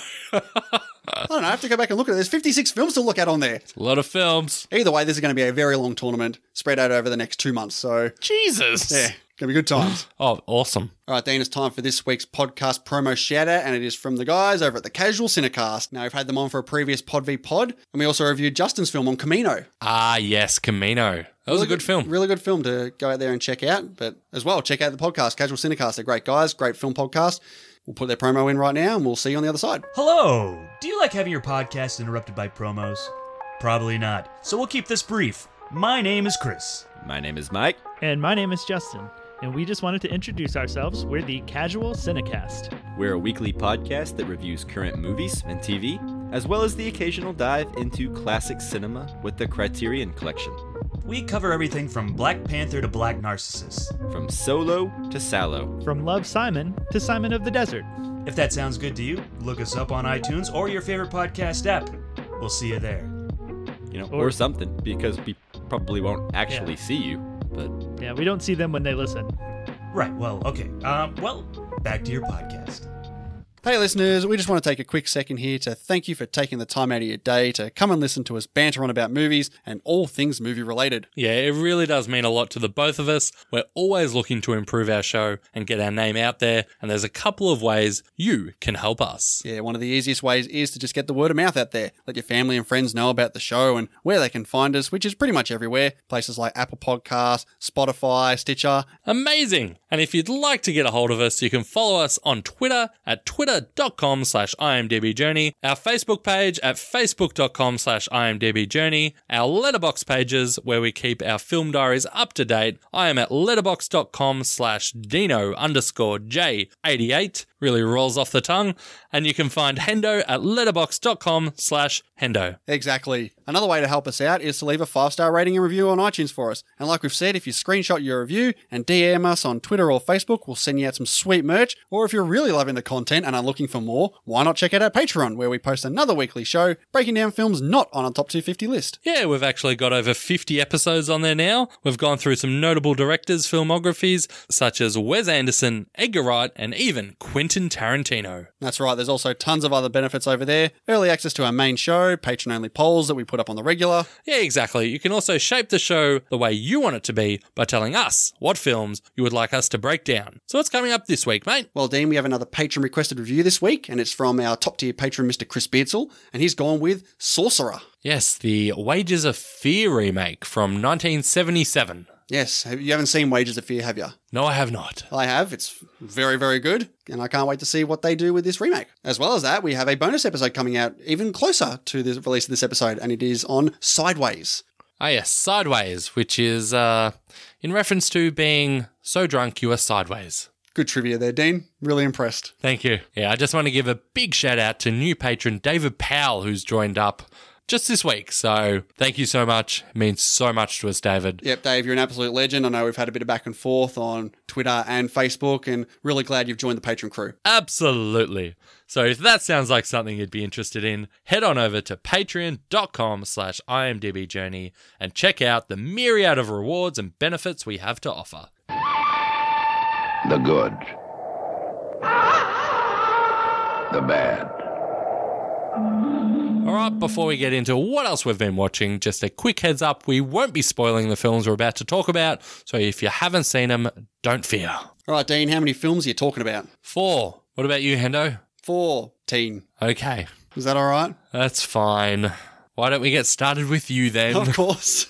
Speaker 2: I don't know. I have to go back and look at it. There's 56 films to look at on there.
Speaker 1: A lot of films.
Speaker 2: Either way, this is going to be a very long tournament spread out over the next two months. So
Speaker 1: Jesus.
Speaker 2: yeah, going to be good times.
Speaker 1: Oh, awesome.
Speaker 2: All right, Dean, it's time for this week's podcast promo shout out, and it is from the guys over at the Casual Cinecast. Now, we've had them on for a previous Pod v Pod, and we also reviewed Justin's film on Camino.
Speaker 1: Ah, yes, Camino. That was a good film.
Speaker 2: Really good film to go out there and check out. But as well, check out the podcast, Casual Cinecast. They're great guys, great film podcast. We'll put their promo in right now, and we'll see you on the other side.
Speaker 10: Hello! Do you like having your podcast interrupted by promos? Probably not. So we'll keep this brief. My name is Chris.
Speaker 11: My name is Mike.
Speaker 12: And my name is Justin, and we just wanted to introduce ourselves. We're the Casual Cinecast.
Speaker 11: We're a weekly podcast that reviews current movies and TV, as well as the occasional dive into classic cinema with the Criterion Collection,
Speaker 10: We cover everything from Black Panther to Black Narcissus.
Speaker 11: from solo to sallow.
Speaker 12: From Love Simon to Simon of the Desert.
Speaker 10: If that sounds good to you, look us up on iTunes or your favorite podcast app. We'll see you there.
Speaker 11: You know,
Speaker 12: Or-
Speaker 11: or, something, because we probably won't actually see you. But
Speaker 12: Yeah, we don't see them when they listen.
Speaker 10: Right, well, okay. Um, well, back to your podcast.
Speaker 2: Hey, listeners, we just want to take a quick second here to thank you for taking the time out of your day to come and listen to us banter on about movies and all things movie related.
Speaker 1: Yeah, it really does mean a lot to the both of us. We're always looking to improve our show and get our name out there, and there's a couple of ways you can help us.
Speaker 2: Yeah, one of the easiest ways is to just get the word of mouth out there. Let your family and friends know about the show and where they can find us, which is pretty much everywhere. Places like Apple Podcasts, Spotify, Stitcher.
Speaker 1: Amazing! And if you'd like to get a hold of us, you can follow us on Twitter at twitter.com slash imdbjourney, our Facebook page at facebook.com slash imdbjourney, our letterbox pages where we keep our film diaries up to date. I am at letterbox.com slash dino underscore j88, really rolls off the tongue, and you can find Hendo at letterbox.com slash Hendo.
Speaker 2: Exactly. Another way to help us out is to leave a five star rating and review on iTunes for us. And like we've said, if you screenshot your review and DM us on Twitter or Facebook, we'll send you out some sweet merch. Or if you're really loving the content and are looking for more, why not check out our Patreon, where we post another weekly show breaking down films not on our top 250 list.
Speaker 1: Yeah, we've actually got over 50 episodes on there now. We've gone through some notable directors' filmographies, such as Wes Anderson, Edgar Wright, and even Quentin Tarantino.
Speaker 2: That's right, there's also tons of other benefits over there early access to our main show, patron only polls that we put up on the regular.
Speaker 1: Yeah, exactly. You can also shape the show the way you want it to be by telling us what films you would like us to break down. So, what's coming up this week, mate?
Speaker 2: Well, Dean, we have another patron requested review this week, and it's from our top tier patron, Mr. Chris Beardsall, and he's gone with Sorcerer.
Speaker 1: Yes, the Wages of Fear remake from 1977.
Speaker 2: Yes, you haven't seen Wages of Fear, have you?
Speaker 1: No, I have not.
Speaker 2: I have. It's very, very good, and I can't wait to see what they do with this remake. As well as that, we have a bonus episode coming out even closer to the release of this episode, and it is on Sideways.
Speaker 1: Ah, yes, sideways, which is uh, in reference to being so drunk you are sideways.
Speaker 2: Good trivia there, Dean. Really impressed.
Speaker 1: Thank you. Yeah, I just want to give a big shout out to new patron David Powell, who's joined up just this week. So thank you so much. It means so much to us, David.
Speaker 2: Yep, Dave, you're an absolute legend. I know we've had a bit of back and forth on Twitter and Facebook, and really glad you've joined the patron crew.
Speaker 1: Absolutely. So if that sounds like something you'd be interested in, head on over to patreon.com slash imdbjourney and check out the myriad of rewards and benefits we have to offer.
Speaker 8: The good. The bad.
Speaker 1: All right, before we get into what else we've been watching, just a quick heads up we won't be spoiling the films we're about to talk about, so if you haven't seen them, don't fear.
Speaker 2: All right, Dean, how many films are you talking about?
Speaker 1: Four. What about you, Hendo?
Speaker 2: Fourteen.
Speaker 1: Okay.
Speaker 2: Is that all right?
Speaker 1: That's fine. Why don't we get started with you then?
Speaker 2: Of course.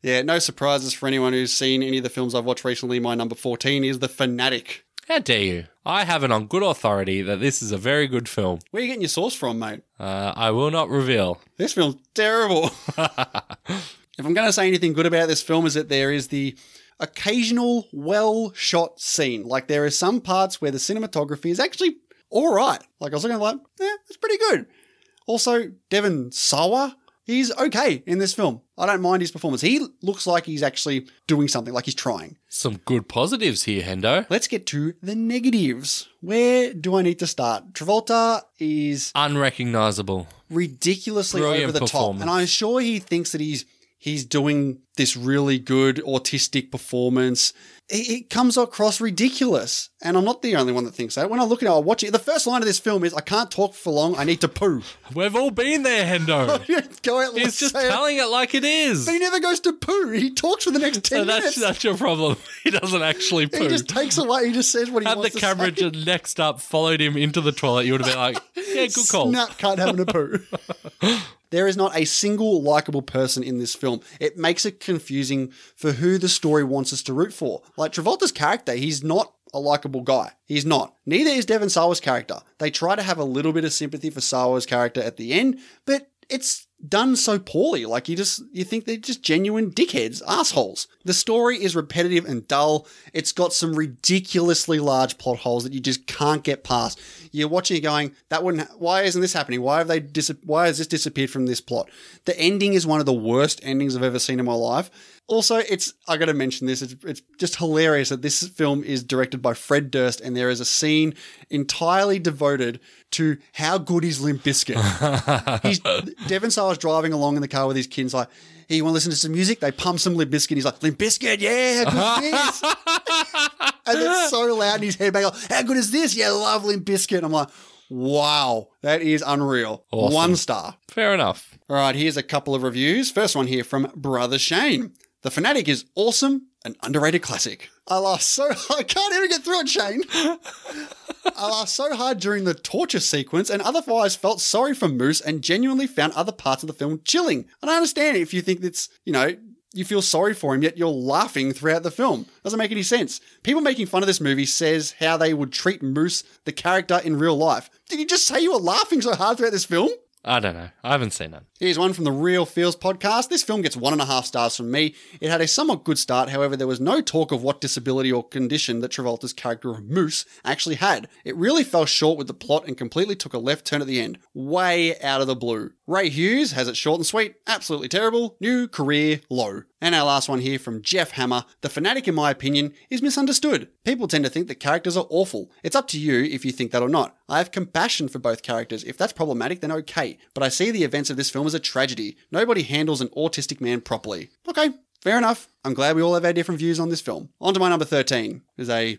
Speaker 2: yeah, no surprises for anyone who's seen any of the films I've watched recently. My number 14 is The Fanatic.
Speaker 1: How dare you? I have it on good authority that this is a very good film.
Speaker 2: Where are you getting your source from, mate?
Speaker 1: Uh, I will not reveal.
Speaker 2: This film's terrible. if I'm going to say anything good about this film, is that there is the occasional well shot scene. Like there are some parts where the cinematography is actually all right. Like I was looking like, yeah, that's pretty good. Also, Devon Sawa. He's okay in this film. I don't mind his performance. He looks like he's actually doing something, like he's trying.
Speaker 1: Some good positives here, Hendo.
Speaker 2: Let's get to the negatives. Where do I need to start? Travolta is
Speaker 1: Unrecognizable.
Speaker 2: ridiculously
Speaker 1: Brilliant
Speaker 2: over the top,
Speaker 1: performance.
Speaker 2: and I'm sure he thinks that he's he's doing this really good autistic performance. It, it comes across ridiculous, and I'm not the only one that thinks that. When I look at it, I watch it. The first line of this film is, "I can't talk for long. I need to poo."
Speaker 1: We've all been there, Hendo.
Speaker 2: Go out.
Speaker 1: He's
Speaker 2: let's
Speaker 1: just
Speaker 2: say it.
Speaker 1: telling it like it is.
Speaker 2: But he never goes to poo. He talks for the next ten
Speaker 1: So that's
Speaker 2: minutes.
Speaker 1: that's your problem. He doesn't actually
Speaker 2: he
Speaker 1: poo.
Speaker 2: just takes away. He just says what he
Speaker 1: Had the
Speaker 2: wants to
Speaker 1: camera
Speaker 2: say.
Speaker 1: just next up followed him into the toilet, you would have been like, "Yeah, good call."
Speaker 2: Snap, can't have a poo. there is not a single likable person in this film. It makes it confusing for who the story wants us to root for. Like Travolta's character, he's not a likable guy. He's not. Neither is Devon Sawa's character. They try to have a little bit of sympathy for Sawa's character at the end, but it's done so poorly. Like you just you think they're just genuine dickheads, assholes. The story is repetitive and dull. It's got some ridiculously large plot holes that you just can't get past. You're watching it going, that wouldn't. Ha- why isn't this happening? Why have they? Dis- why has this disappeared from this plot? The ending is one of the worst endings I've ever seen in my life. Also, it's I got to mention this. It's, it's just hilarious that this film is directed by Fred Durst, and there is a scene entirely devoted to how good is Limp Bizkit. He's Devin Sawa's driving along in the car with his kids. Like, hey, you want to listen to some music? They pump some Limp Bizkit. He's like, Limp Bizkit, yeah, good this. and it's so loud in his head back. Like, How good is this? Yeah, love Limp Bizkit. I'm like, wow, that is unreal.
Speaker 1: Awesome.
Speaker 2: One star.
Speaker 1: Fair enough.
Speaker 2: All right, here's a couple of reviews. First one here from Brother Shane. The Fanatic is awesome, an underrated classic. I laughed so I can't even get through it, Shane. I laughed so hard during the torture sequence and otherwise felt sorry for Moose and genuinely found other parts of the film chilling. And I understand if you think that's, you know, you feel sorry for him, yet you're laughing throughout the film. Doesn't make any sense. People making fun of this movie says how they would treat Moose, the character, in real life. Did you just say you were laughing so hard throughout this film?
Speaker 1: I don't know. I haven't seen it.
Speaker 2: Here's one from the Real Feels podcast. This film gets one and a half stars from me. It had a somewhat good start, however, there was no talk of what disability or condition that Travolta's character of Moose actually had. It really fell short with the plot and completely took a left turn at the end, way out of the blue. Ray Hughes has it short and sweet, absolutely terrible, new career low. And our last one here from Jeff Hammer. The fanatic, in my opinion, is misunderstood. People tend to think that characters are awful. It's up to you if you think that or not. I have compassion for both characters. If that's problematic, then okay. But I see the events of this film as a tragedy. Nobody handles an autistic man properly. Okay, fair enough. I'm glad we all have our different views on this film. On to my number 13 is a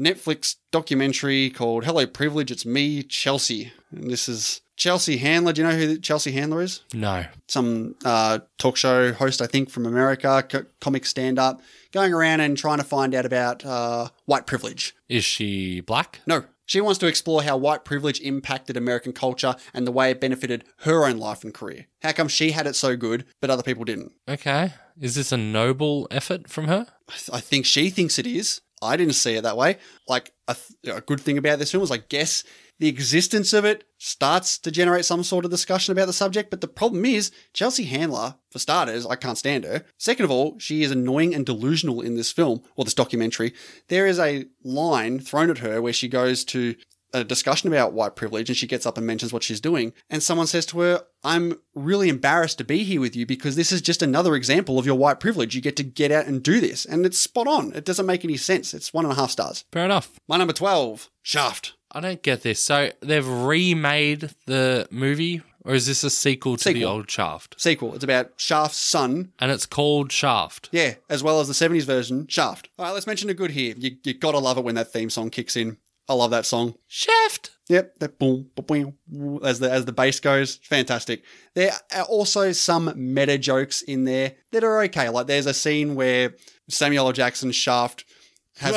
Speaker 2: Netflix documentary called Hello Privilege, It's Me, Chelsea. And this is Chelsea Handler. Do you know who Chelsea Handler is?
Speaker 1: No.
Speaker 2: some uh, talk show host, I think, from America, co- comic stand up, going around and trying to find out about uh, white privilege.
Speaker 1: Is she black?
Speaker 2: No, she wants to explore how white privilege impacted American culture and the way it benefited her own life and career. How come she had it so good, but other people didn't?
Speaker 1: Okay. Is this a noble effort from her?
Speaker 2: I th- I think she thinks it is. I didn't see it that way. Like a, th- a good thing about this film was, I guess, the existence of it starts to generate some sort of discussion about the subject, but the problem is Chelsea Handler, for starters, I can't stand her. Second of all, she is annoying and delusional in this film or this documentary. There is a line thrown at her where she goes to a discussion about white privilege and she gets up and mentions what she's doing and someone says to her i'm really embarrassed to be here with you because this is just another example of your white privilege you get to get out and do this and it's spot on it doesn't make any sense it's one and a half stars
Speaker 1: fair enough
Speaker 2: my number 12 shaft
Speaker 1: I don't get this. So they've remade the movie, or is this a sequel to
Speaker 2: Sequel.
Speaker 1: the old Shaft?
Speaker 2: sequel it's about shaft's son
Speaker 1: And it's called Shaft.
Speaker 2: yeah as well as the 70s version shaft all right let's mention a good here you, you gotta love it when that theme song kicks in i love that song
Speaker 1: Shaft.
Speaker 2: Yep, that boom, boom, boom, boom, as the as the bass goes, fantastic. There are also some meta jokes in there that are okay. Like there's a scene where Samuel L. Jackson's Shaft has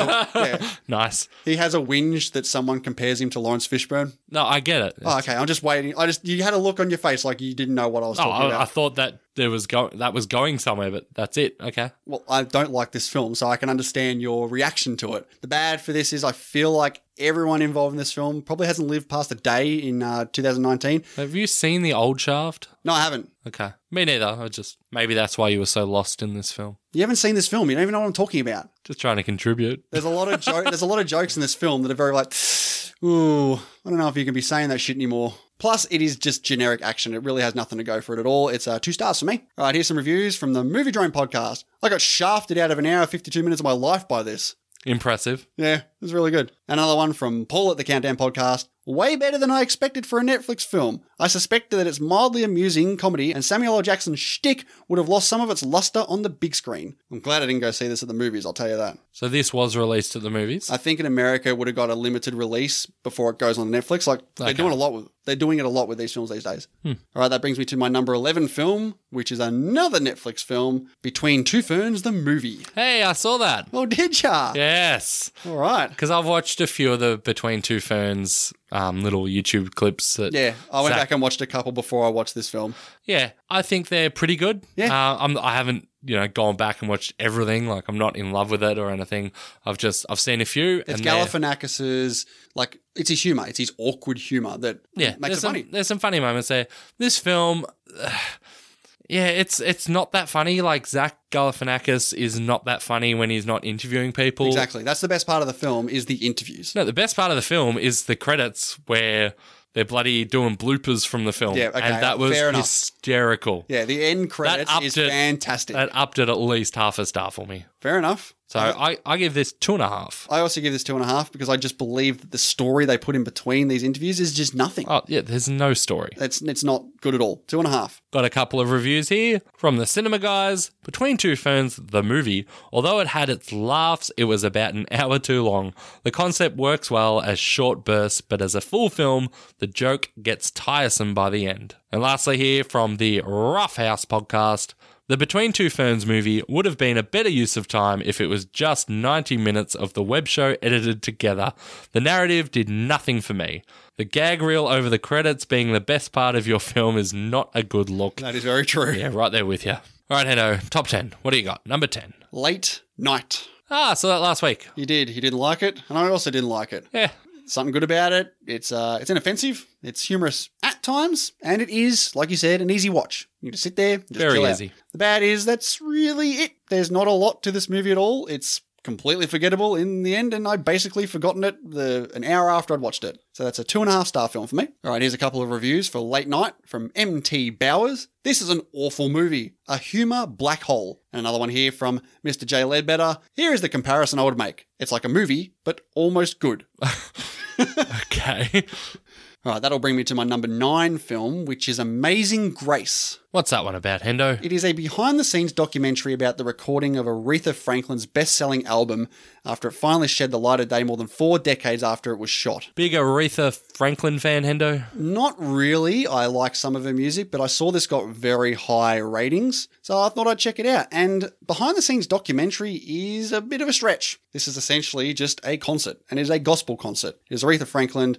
Speaker 2: a, yeah,
Speaker 1: Nice.
Speaker 2: he has a whinge that someone compares him to Lawrence Fishburne.
Speaker 1: No, I get it.
Speaker 2: Oh, okay, I'm just waiting. I just you had a look on your face like you didn't know what I was
Speaker 1: Oh,
Speaker 2: talking
Speaker 1: I, I
Speaker 2: about.
Speaker 1: thought that there was go- that was going somewhere, but that's it. Okay.
Speaker 2: well, I don't like this film, so I can understand your reaction to it. The bad for this is I feel like everyone involved in this film probably hasn't lived past a day in uh, 2019.
Speaker 1: Have you seen the old Shaft?
Speaker 2: No, I haven't.
Speaker 1: Okay. Me neither. I just maybe that's why you were so lost in this film.
Speaker 2: You haven't seen this film. You don't even know what I'm talking about.
Speaker 1: Just trying to contribute.
Speaker 2: There's a lot of jo- there's a lot of jokes in this film that are very like, ooh, I don't know if you can be saying that shit anymore. Plus, it is just generic action. It really has nothing to go for it at all. It's uh, two stars for me. All right, here's some reviews from the Movie Drone podcast. I got shafted out of an hour, 52 minutes of my life by this.
Speaker 1: Impressive.
Speaker 2: Yeah, it was really good. Another one from Paul at the Countdown podcast. Way better than I expected for a Netflix film. I suspect that it's mildly amusing comedy, and Samuel L. Jackson's shtick would have lost some of its luster on the big screen. I'm glad I didn't go see this at the movies, I'll tell you that.
Speaker 1: So this was released at the movies.
Speaker 2: I think in America it would have got a limited release before it goes on Netflix. Like they're
Speaker 1: Okay.
Speaker 2: doing a lot with they're doing it a lot with these films these days. All right, that brings me to my number eleven film, which is another Netflix film, Between Two Ferns, the movie.
Speaker 1: hey, I saw that.
Speaker 2: Oh, did ya?
Speaker 1: Yes.
Speaker 2: All right.
Speaker 1: Because I've watched a few of the Between Two Ferns um, little YouTube clips. That,
Speaker 2: Yeah, I went
Speaker 1: Zach-
Speaker 2: back and watched a couple before I watched this film.
Speaker 1: Yeah, I think they're pretty good.
Speaker 2: Yeah.
Speaker 1: Uh, I'm, I haven't, you know, gone back and watched everything. Like, I'm not in love with it or anything. I've just, I've seen a few.
Speaker 2: It's
Speaker 1: and they're-
Speaker 2: Galifianakis's like it's his humor, it's his awkward humor that
Speaker 1: Yeah,
Speaker 2: makes
Speaker 1: there's
Speaker 2: it
Speaker 1: some,
Speaker 2: funny.
Speaker 1: There's some funny moments there. This film, yeah, it's it's not that funny. Like Zach Galifianakis is not that funny when he's not interviewing people.
Speaker 2: Exactly. That's the best part of the film is the interviews.
Speaker 1: No, the best part of the film is the credits where they're bloody doing bloopers from the film.
Speaker 2: Yeah, okay,
Speaker 1: and that was
Speaker 2: fair enough.
Speaker 1: hysterical.
Speaker 2: Yeah, the end credits
Speaker 1: upped
Speaker 2: is
Speaker 1: it.
Speaker 2: fantastic.
Speaker 1: That upped it at least half a star for me.
Speaker 2: Fair enough.
Speaker 1: So I, I give this two and a half.
Speaker 2: I also give this two and a half because I just believe that the story they put in between these interviews is just nothing.
Speaker 1: Oh, yeah, there's no story.
Speaker 2: It's it's not good at all. Two and a half.
Speaker 1: Got a couple of reviews here from the cinema guys. Between Two Ferns, the movie, although it had its laughs, it was about an hour too long. The concept works well as short bursts, but as a full film, the joke gets tiresome by the end. And lastly, here from the Rough House podcast. The Between Two Ferns movie would have been a better use of time if it was just 90 minutes of the web show edited together. The narrative did nothing for me. The gag reel over the credits being the best part of your film is not a good look.
Speaker 2: That is very true.
Speaker 1: Yeah, right there with you. All right, Hendo, top 10. What do you got? Number 10.
Speaker 2: Late night.
Speaker 1: Ah, saw that last week.
Speaker 2: You did. You didn't like it, and I also didn't like it.
Speaker 1: Yeah.
Speaker 2: Something good about it. It's uh, it's inoffensive. It's humorous at times, and it is, like you said, an easy watch. You just sit there. Just
Speaker 1: Very
Speaker 2: chill out.
Speaker 1: easy.
Speaker 2: The bad is that's really it. There's not a lot to this movie at all. It's completely forgettable in the end, and I basically forgotten it the an hour after I'd watched it. So that's a two and a half star film for me. All right, here's a couple of reviews for Late Night from MT Bowers. This is an awful movie, a humor black hole. And another one here from Mr. J Ledbetter. Here is the comparison I would make. It's like a movie, but almost good.
Speaker 1: Okay.
Speaker 2: All right, that'll bring me to my number nine film, which is Amazing Grace.
Speaker 1: What's that one about, Hendo?
Speaker 2: It is a behind the scenes documentary about the recording of Aretha Franklin's best selling album after it finally shed the light of day more than four decades after it was shot.
Speaker 1: Big Aretha Franklin fan, Hendo?
Speaker 2: Not really. I like some of her music, but I saw this got very high ratings, so I thought I'd check it out. And behind the scenes documentary is a bit of a stretch. This is essentially just a concert, and it is a gospel concert. It is Aretha Franklin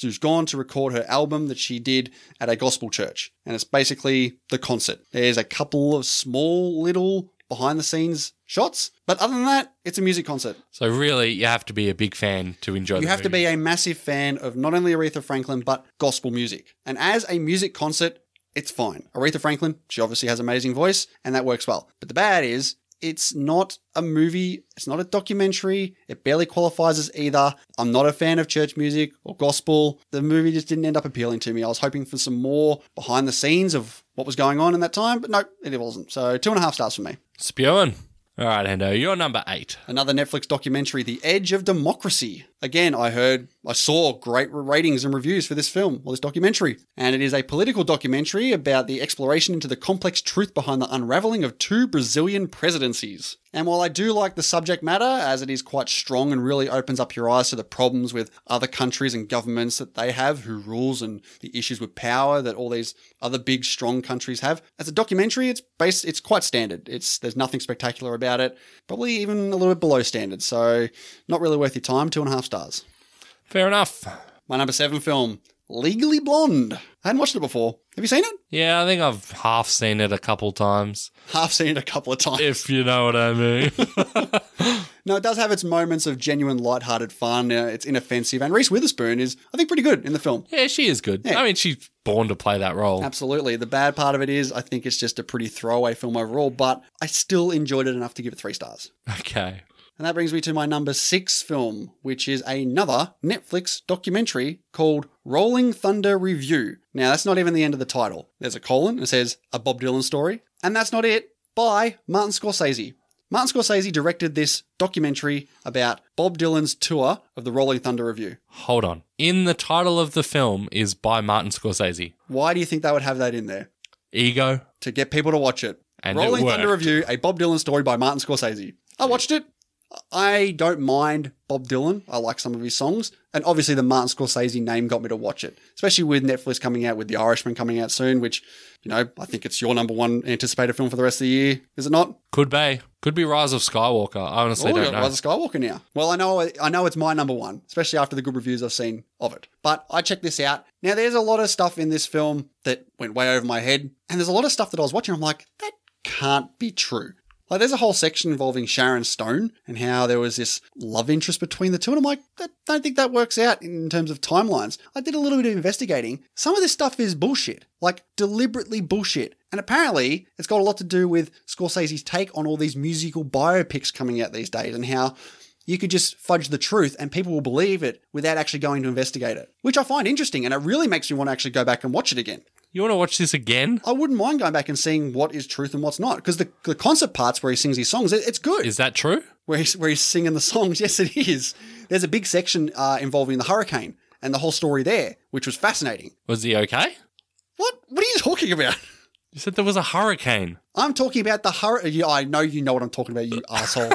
Speaker 2: who's gone to record her album that she did at a gospel church, and it's basically the concert. There's a couple of small little behind the scenes shots. But other than that, it's a music concert.
Speaker 1: So really, you have to be a big fan to enjoy.
Speaker 2: You
Speaker 1: the
Speaker 2: have to
Speaker 1: movie.
Speaker 2: be a massive fan of not only Aretha Franklin, but gospel music. And as a music concert, it's fine. Aretha Franklin, she obviously has amazing voice, and that works well. But the bad is, it's not a movie, it's not a documentary, it barely qualifies as either. I'm not a fan of church music or gospel. The movie just didn't end up appealing to me. I was hoping for some more behind the scenes of what was going on in that time, but no, it wasn't. So two and a half stars for me.
Speaker 1: Spewing. All right, Hendo, you're number eight.
Speaker 2: Another Netflix documentary, The Edge of Democracy. Again, I heard, I saw great ratings and reviews for this film, or this documentary. And it is a political documentary about the exploration into the complex truth behind the unraveling of two Brazilian presidencies. And while I do like the subject matter, as it is quite strong and really opens up your eyes to the problems with other countries and governments that they have, who rules, and the issues with power that all these other big, strong countries have, as a documentary, it's based, it's quite standard. It's there's nothing spectacular about it. Probably even a little bit below standard. So not really worth your time. Two and a half stars.
Speaker 1: Fair enough.
Speaker 2: My number seven film, Legally Blonde. I hadn't watched it before. Have you seen it?
Speaker 1: Yeah, I think I've half seen it a couple times,
Speaker 2: Half seen it a couple of times.
Speaker 1: if you know what I mean.
Speaker 2: No, it does have its moments of genuine lighthearted fun. Uh, it's inoffensive, and Reese Witherspoon is, I think, pretty good in the film.
Speaker 1: yeah, she is good.
Speaker 2: Yeah.
Speaker 1: I mean, she's born to play that role.
Speaker 2: Absolutely. The bad part of it is, I think it's just a pretty throwaway film overall, but I still enjoyed it enough to give it three stars.
Speaker 1: Okay.
Speaker 2: And that brings me to my number six film, which is another Netflix documentary called Rolling Thunder Review. Now, that's not even the end of the title. There's a colon, and it says A Bob Dylan Story. And that's not it, by Martin Scorsese. Martin Scorsese directed this documentary about Bob Dylan's tour of the Rolling Thunder Review.
Speaker 1: Hold on. In the title of the film is by Martin Scorsese.
Speaker 2: Why do you think they would have that in there?
Speaker 1: Ego.
Speaker 2: to get people to watch it.
Speaker 1: And it
Speaker 2: Rolling Thunder
Speaker 1: worked.
Speaker 2: Review, a Bob Dylan story by Martin Scorsese. I watched it. I don't mind Bob Dylan. I like some of his songs. And obviously, the Martin Scorsese name got me to watch it, especially with Netflix coming out with The Irishman coming out soon, which, you know, I think it's your number one anticipated film for the rest of the year, is it not?
Speaker 1: Could be. Could be Rise of Skywalker. I honestly
Speaker 2: Oh, we
Speaker 1: don't
Speaker 2: got
Speaker 1: know.
Speaker 2: Rise of Skywalker now. Well, I know, I know it's my number one, especially after the good reviews I've seen of it. But I checked this out. Now, there's a lot of stuff in this film that went way over my head, and there's a lot of stuff that I was watching. I'm like, that can't be true. Like, there's a whole section involving Sharon Stone and how there was this love interest between the two, and I'm like, I don't think that works out in terms of timelines. I did a little bit of investigating. Some of this stuff is bullshit, like deliberately bullshit. And apparently, it's got a lot to do with Scorsese's take on all these musical biopics coming out these days and how you could just fudge the truth and people will believe it without actually going to investigate it, which I find interesting and it really makes me want to actually go back and watch it again.
Speaker 1: you want to watch this again?
Speaker 2: I wouldn't mind going back and seeing what is truth and what's not because the, the concert parts where he sings his songs, it, it's good
Speaker 1: Is that true?
Speaker 2: where he's, where he's singing the songs. Yes, it is. There's a big section uh, involving the hurricane and the whole story there, which was fascinating.
Speaker 1: Was he okay?
Speaker 2: What? What are you talking about?
Speaker 1: You said there was a hurricane.
Speaker 2: I'm talking about the hurricane. I know you know what I'm talking about, you asshole.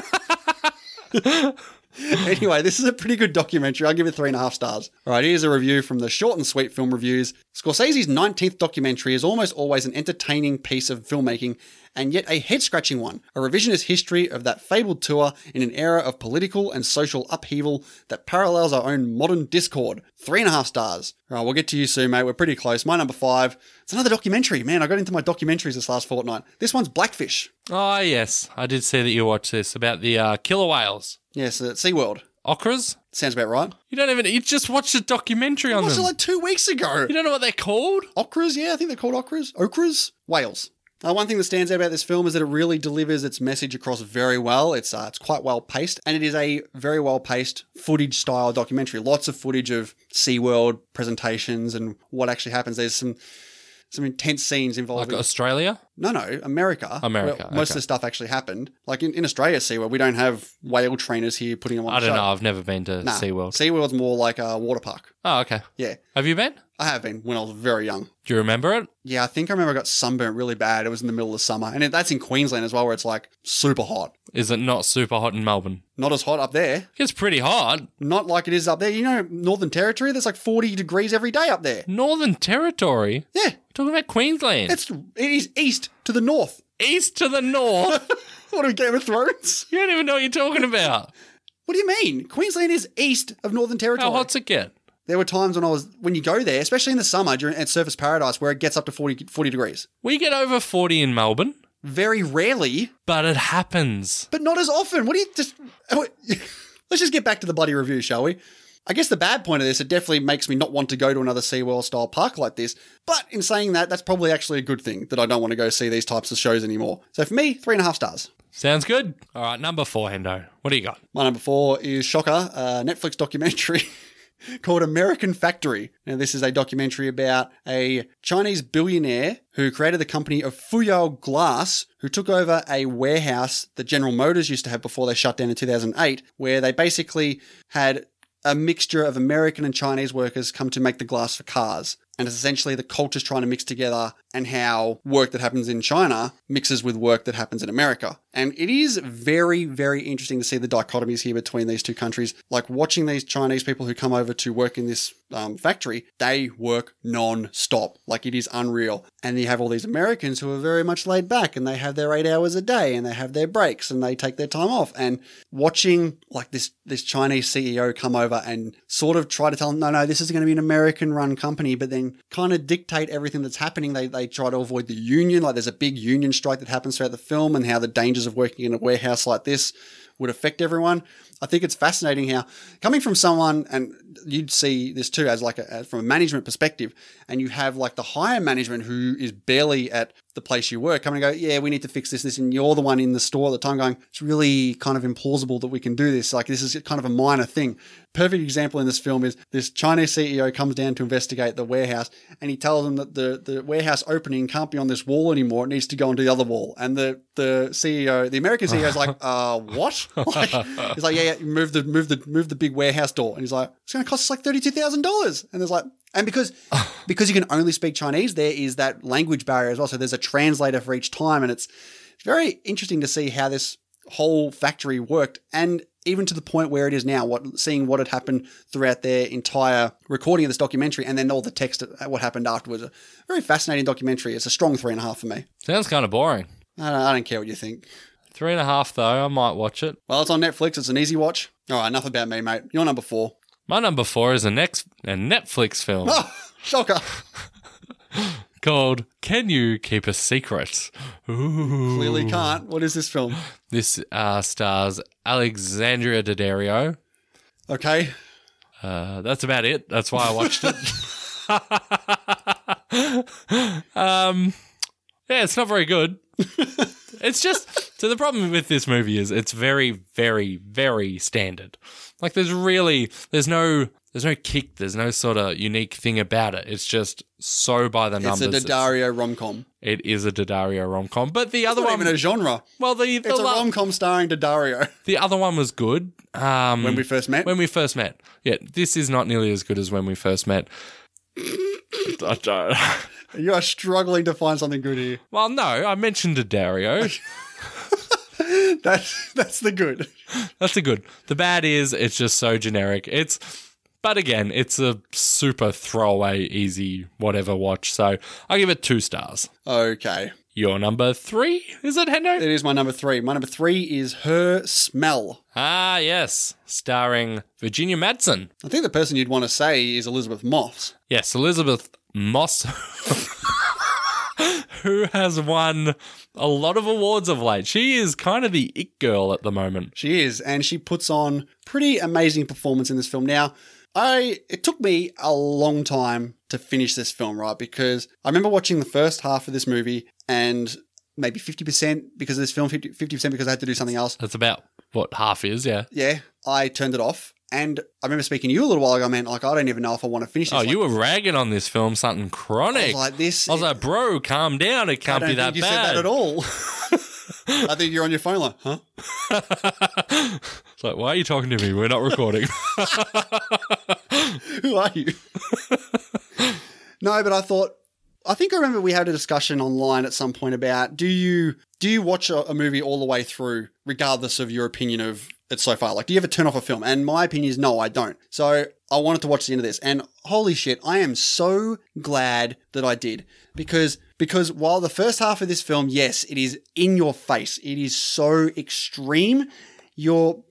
Speaker 2: anyway, this is a pretty good documentary. I'll give it three and a half stars. All right, here's a review from the Short and Sweet Film Reviews. Scorsese's 19th documentary is almost always an entertaining piece of filmmaking, and yet a head scratching one, a revisionist history of that fabled tour in an era of political and social upheaval that parallels our own modern discord. Three and a half stars. All right, we'll get to you soon, mate. We're pretty close. My number five. It's another documentary. Man, I got into my documentaries this last fortnight. This one's Blackfish.
Speaker 1: Oh, yes. I did see that you watched this about the uh, killer whales.
Speaker 2: Yes, at SeaWorld.
Speaker 1: Ochras?
Speaker 2: Sounds about right.
Speaker 1: You don't even. You just watched a documentary on
Speaker 2: watched it
Speaker 1: them.
Speaker 2: like two weeks ago.
Speaker 1: you don't know what they're called?
Speaker 2: Okras, yeah, I think they're called okras. Okras? Whales. Uh, one thing that stands out about this film is that it really delivers its message across very well. It's uh, it's quite well paced, and it is a very well paced footage style documentary. Lots of footage of SeaWorld presentations and what actually happens. There's some some intense scenes
Speaker 1: Like
Speaker 2: involving
Speaker 1: Australia?
Speaker 2: no, no, America.
Speaker 1: America,
Speaker 2: where most
Speaker 1: okay.
Speaker 2: of the stuff actually happened. Like in, in Australia, SeaWorld, we don't have whale trainers here putting them on.
Speaker 1: I
Speaker 2: the
Speaker 1: don't
Speaker 2: show.
Speaker 1: know. I've never been to
Speaker 2: Nah,
Speaker 1: SeaWorld.
Speaker 2: SeaWorld's more like a water park.
Speaker 1: Oh, okay.
Speaker 2: Yeah,
Speaker 1: Have you been?
Speaker 2: I have been when I was very young.
Speaker 1: Do you remember it?
Speaker 2: Yeah, I think I remember I got sunburnt really bad. It was in the middle of summer, and it- that's in Queensland as well, where it's like super hot.
Speaker 1: Is it not super hot in Melbourne?
Speaker 2: Not as hot up there,
Speaker 1: It's pretty hot.
Speaker 2: not like it is up there. You know, Northern Territory, that's like forty degrees every day up there.
Speaker 1: Northern Territory?
Speaker 2: Yeah,
Speaker 1: Talking about Queensland.
Speaker 2: it's it is east to the north.
Speaker 1: east to the north.
Speaker 2: What are we, Game of Thrones?
Speaker 1: you don't even know what you're talking about.
Speaker 2: What do you mean? Queensland is east of Northern Territory.
Speaker 1: How hot's it get?
Speaker 2: there were times when I was when you go there, especially in the summer during at Surface Paradise, where it gets up to 40, 40 degrees.
Speaker 1: We get over 40 in Melbourne.
Speaker 2: very rarely.
Speaker 1: But it happens.
Speaker 2: But not as often. What do you just. Let's just get back to the bloody review, shall we? I guess the bad point of this, it definitely makes me not want to go to another SeaWorld style park like this. But in saying that, that's probably actually a good thing that I don't want to go see these types of shows anymore. So for me, three and a half stars.
Speaker 1: Sounds good. All right, number four, Hendo. What do you got?
Speaker 2: My number four is Shocker, a Netflix documentary. called American Factory. Now, this is a documentary about a Chinese billionaire who created the company of Fuyao Glass, who took over a warehouse that General Motors used to have before they shut down in 2008, where they basically had a mixture of American and Chinese workers come to make the glass for cars. And it's essentially the cultures trying to mix together and how work that happens in China mixes with work that happens in America. And it is very, very interesting to see the dichotomies here between these two countries. Like watching these Chinese people who come over to work in this um, factory, they work non stop. Like it is unreal. And you have all these Americans who are very much laid back and they have their eight hours a day and they have their breaks and they take their time off. And watching like this, this Chinese CEO come over and sort of try to tell them, no, no, this is going to be an American run company, but then kind of dictate everything that's happening. They, they try to avoid the union. Like there's a big union strike that happens throughout the film and how the dangers of working in a warehouse like this would affect everyone. I think it's fascinating how coming from someone and you'd see this too as like a, from a management perspective and you have like the higher management who is barely at the place you work coming and go, yeah, we need to fix this, this, and you're the one in the store at the time going, it's really kind of implausible that we can do this. Like this is kind of a minor thing. Perfect example in this film is this Chinese CEO comes down to investigate the warehouse and he tells them that the, the warehouse opening can't be on this wall anymore. It needs to go onto the other wall. And the, the CEO, the American CEO is like, uh, what? Like, he's like, yeah, yeah, move the move the move the big warehouse door. And he's like, it's going to cost us like thirty two thousand dollars. And there's like, and because because you can only speak Chinese, there is that language barrier as well. So there's a translator for each time, and it's it's very interesting to see how this whole factory worked, and even to the point where it is now. What seeing what had happened throughout their entire recording of this documentary, and then all the text at what happened afterwards. A very fascinating documentary. It's a strong three and a half for me.
Speaker 1: Sounds kind of boring.
Speaker 2: I don't, I don't care what you think.
Speaker 1: Three and a half, though. I might watch it.
Speaker 2: Well, it's on Netflix. It's an easy watch. All right, enough about me, mate. You're number four.
Speaker 1: My number four is an ex- a Netflix film
Speaker 2: Oh, shocker.
Speaker 1: called Can You Keep a Secret? Ooh.
Speaker 2: Clearly can't. What is this film?
Speaker 1: This uh, stars Alexandria Daddario.
Speaker 2: Okay.
Speaker 1: Uh, that's about it. That's why I watched it. um, yeah, it's not very good. it's just so the problem with this movie is it's very, very, very standard. Like there's really there's no there's no kick, there's no sort of unique thing about it. It's just so by the
Speaker 2: It's
Speaker 1: numbers.
Speaker 2: a Daddario rom com.
Speaker 1: It is a Daddario rom com, but the
Speaker 2: It's
Speaker 1: other
Speaker 2: not
Speaker 1: one,
Speaker 2: even a genre.
Speaker 1: well, the the,
Speaker 2: It's a
Speaker 1: la-
Speaker 2: rom com starring Daddario.
Speaker 1: the other one was good. Um,
Speaker 2: When we first met.
Speaker 1: when we first met, yeah, this is not nearly as good as when we first met. I don't.
Speaker 2: You are struggling to find something good here.
Speaker 1: Well, no, I mentioned Daddario.
Speaker 2: That's that's the good.
Speaker 1: That's the good. The bad is it's just so generic. It's but again, it's a super throwaway, easy whatever watch. So I'll give it two stars.
Speaker 2: Okay.
Speaker 1: Your number three, is it Hendo?
Speaker 2: It is my number three. My number three is Her Smell.
Speaker 1: Ah, yes. Starring Virginia Madsen.
Speaker 2: I think the person you'd want to say is Elizabeth Moss.
Speaker 1: Yes, Elizabeth Moss who has won a lot of awards of late. She is kind of the it girl at the moment.
Speaker 2: She is, and she puts on pretty amazing performance in this film. Now, I it took me a long time to finish this film, right? Because I remember watching the first half of this movie and maybe 50% because of this film, 50, 50% because I had to do something else.
Speaker 1: That's about what half is, yeah.
Speaker 2: Yeah, I turned it off. And I remember speaking to you a little while ago, man, like, I don't even know if I want to finish this.
Speaker 1: Oh,
Speaker 2: Like,
Speaker 1: you were ragging on this film, something
Speaker 2: I was
Speaker 1: chronic.
Speaker 2: like, this.
Speaker 1: I was like, bro, calm down. It
Speaker 2: I
Speaker 1: can't
Speaker 2: don't
Speaker 1: be that
Speaker 2: think you
Speaker 1: bad.
Speaker 2: said that at all. I think you're on your phone like, huh?
Speaker 1: it's like, why are you talking to me? We're not recording.
Speaker 2: Who are you? no, but I thought I think I remember we had a discussion online at some point about do you do you watch a, a movie all the way through regardless of your opinion of it so far? Like do you ever turn off a film? And my opinion is no, I don't. So I wanted to watch the end of this and holy shit, I am so glad that I did because because while the first half of this film, yes, it is in your face. It is so extreme. You're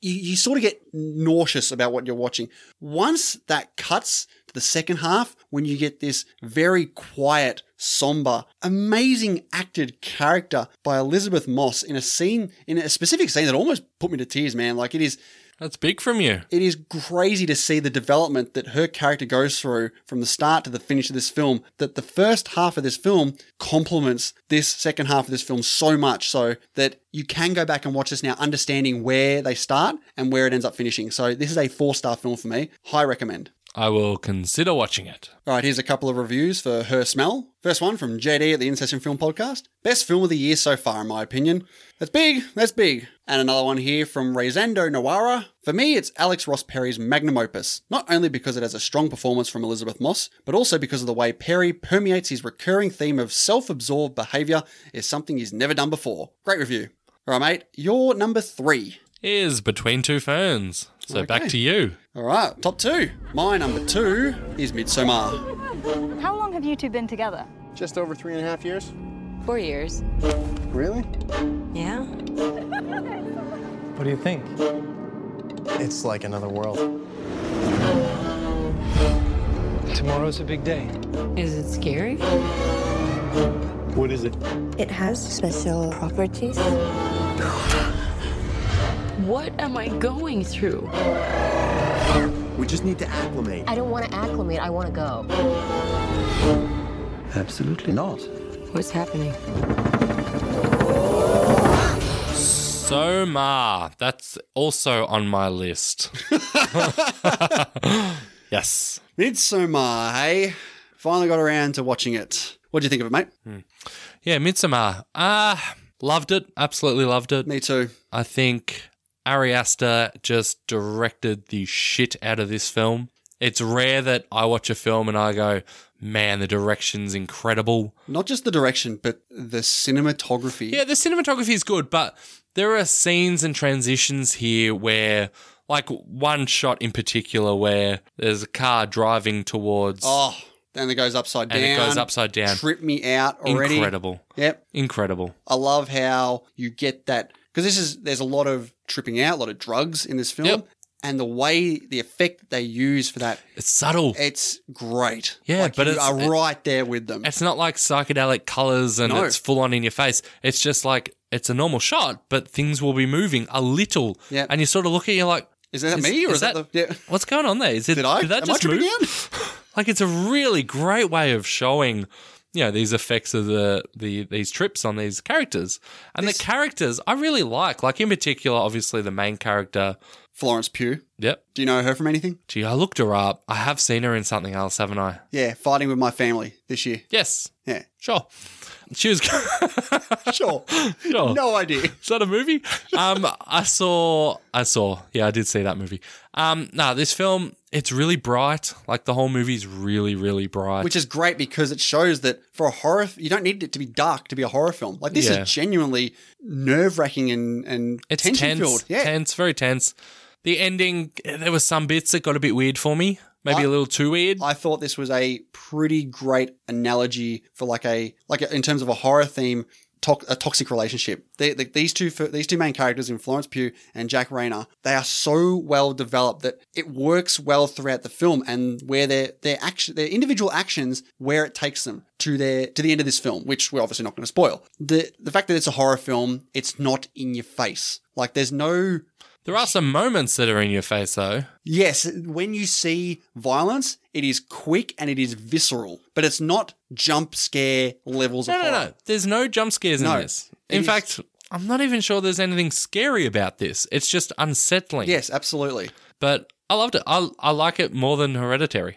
Speaker 2: you, you sort of get nauseous about what you're watching. Once that cuts the second half when you get this very quiet, somber, amazing acted character by Elizabeth Moss in a scene, in a specific scene that almost put me to tears, man. Like it is.
Speaker 1: That's big from you.
Speaker 2: It is crazy to see the development that her character goes through from the start to the finish of this film. That the first half of this film complements this second half of this film so much so that you can go back and watch this now, understanding where they start and where it ends up finishing. So, this is a four star film for me. High recommend.
Speaker 1: I will consider watching it.
Speaker 2: All right, here's a couple of reviews for Her Smell. First one from JD at the In Session Film Podcast. Best film of the year so far, in my opinion. That's big, that's big. And another one here from Rezando Nawara. For me, it's Alex Ross Perry's magnum opus, not only because it has a strong performance from Elizabeth Moss, but also because of the way Perry permeates his recurring theme of self absorbed behaviour is something he's never done before. Great review. All right, mate, your number three
Speaker 1: is Between Two Ferns. So okay. back to you.
Speaker 2: All right, top two. My number two is Midsommar.
Speaker 13: How long have you two been together?
Speaker 14: Just over three and a half years.
Speaker 13: Four years.
Speaker 14: Really?
Speaker 13: Yeah.
Speaker 14: what do you think? It's like another world. Tomorrow's a big day.
Speaker 13: Is it scary?
Speaker 14: What is it?
Speaker 13: It has special properties. What am I going through?
Speaker 14: We just need to acclimate.
Speaker 13: I don't want to acclimate. I want to go.
Speaker 14: Absolutely not.
Speaker 13: What's happening?
Speaker 1: Soma. That's also on my list. yes.
Speaker 2: Midsommar, hey? Finally got around to watching it. What do you think of it, mate? Hmm.
Speaker 1: Yeah, Midsommar. Ah, uh, loved it. Absolutely loved it.
Speaker 2: Me too.
Speaker 1: I think Ari Aster just directed the shit out of this film. It's rare that I watch a film and I go, man, the direction's incredible.
Speaker 2: Not just the direction, but the cinematography.
Speaker 1: Yeah, the cinematography is good, but there are scenes and transitions here where, like, one shot in particular where there's a car driving towards.
Speaker 2: Oh, and it goes upside down.
Speaker 1: And it goes upside down.
Speaker 2: Trip me out already.
Speaker 1: Incredible.
Speaker 2: Yep.
Speaker 1: Incredible.
Speaker 2: I love how you get that because this is there's a lot of tripping out, a lot of drugs in this film,
Speaker 1: yep.
Speaker 2: and the way the effect they use for that
Speaker 1: it's subtle.
Speaker 2: It's great.
Speaker 1: Yeah,
Speaker 2: like
Speaker 1: but
Speaker 2: you
Speaker 1: it's,
Speaker 2: are it, right there with them.
Speaker 1: It's not like psychedelic colors and
Speaker 2: No.
Speaker 1: it's full on in your face. It's just like it's a normal shot, but things will be moving a little.
Speaker 2: Yep.
Speaker 1: and you sort of look at you like,
Speaker 2: Is that me or is, that, the, yeah.
Speaker 1: what's going on there? Is it
Speaker 2: Did I?
Speaker 1: Did that
Speaker 2: Am
Speaker 1: just
Speaker 2: I tripping
Speaker 1: move?
Speaker 2: out?
Speaker 1: Like it's a really great way of showing, you know, these effects of the, the these trips on these characters. And
Speaker 2: This-
Speaker 1: the characters I really like. Like in particular, obviously the main character.
Speaker 2: Florence Pugh.
Speaker 1: Yep.
Speaker 2: Do you know her from anything?
Speaker 1: Gee, I looked her up. I have seen her in something else, haven't I?
Speaker 2: Yeah, fighting with my family this year.
Speaker 1: Yes.
Speaker 2: Yeah,
Speaker 1: Sure. She was
Speaker 2: sure.
Speaker 1: Sure.
Speaker 2: No idea.
Speaker 1: Is that a movie? Um, I saw, I saw, yeah, I did see that movie. Um, no, this film, it's really bright. Like the whole movie's really, really bright.
Speaker 2: Which is great because it shows that for a horror, you don't need it to be dark to be a horror film. Like this
Speaker 1: Yeah.
Speaker 2: is genuinely nerve wracking and and
Speaker 1: it's
Speaker 2: tension
Speaker 1: tense,
Speaker 2: filled. Yeah,
Speaker 1: tense, very tense. The ending, there was some bits that got a bit weird for me. Maybe a little too weird.
Speaker 2: I thought this was a pretty great analogy for like a like a, in terms of a horror theme, to- a toxic relationship. They, they, these two fir- these two main characters in Florence Pugh and Jack Rayner, they are so well developed that it works well throughout the film and where their their action their individual actions where it takes them to their to the end of this film, which we're obviously not going to spoil. The the fact that it's a horror film, it's not in your face. Like there's no
Speaker 1: there are some moments that are in your face though.
Speaker 2: Yes, when you see violence, it is quick and it is visceral, but it's not jump scare levels
Speaker 1: No,
Speaker 2: of
Speaker 1: no,
Speaker 2: horror.
Speaker 1: no. There's no jump scares
Speaker 2: No.
Speaker 1: in this.
Speaker 2: It
Speaker 1: In
Speaker 2: is-
Speaker 1: fact, I'm not even sure there's anything scary about this. It's just unsettling.
Speaker 2: Yes, absolutely.
Speaker 1: But I loved it. I, I like it more than Hereditary.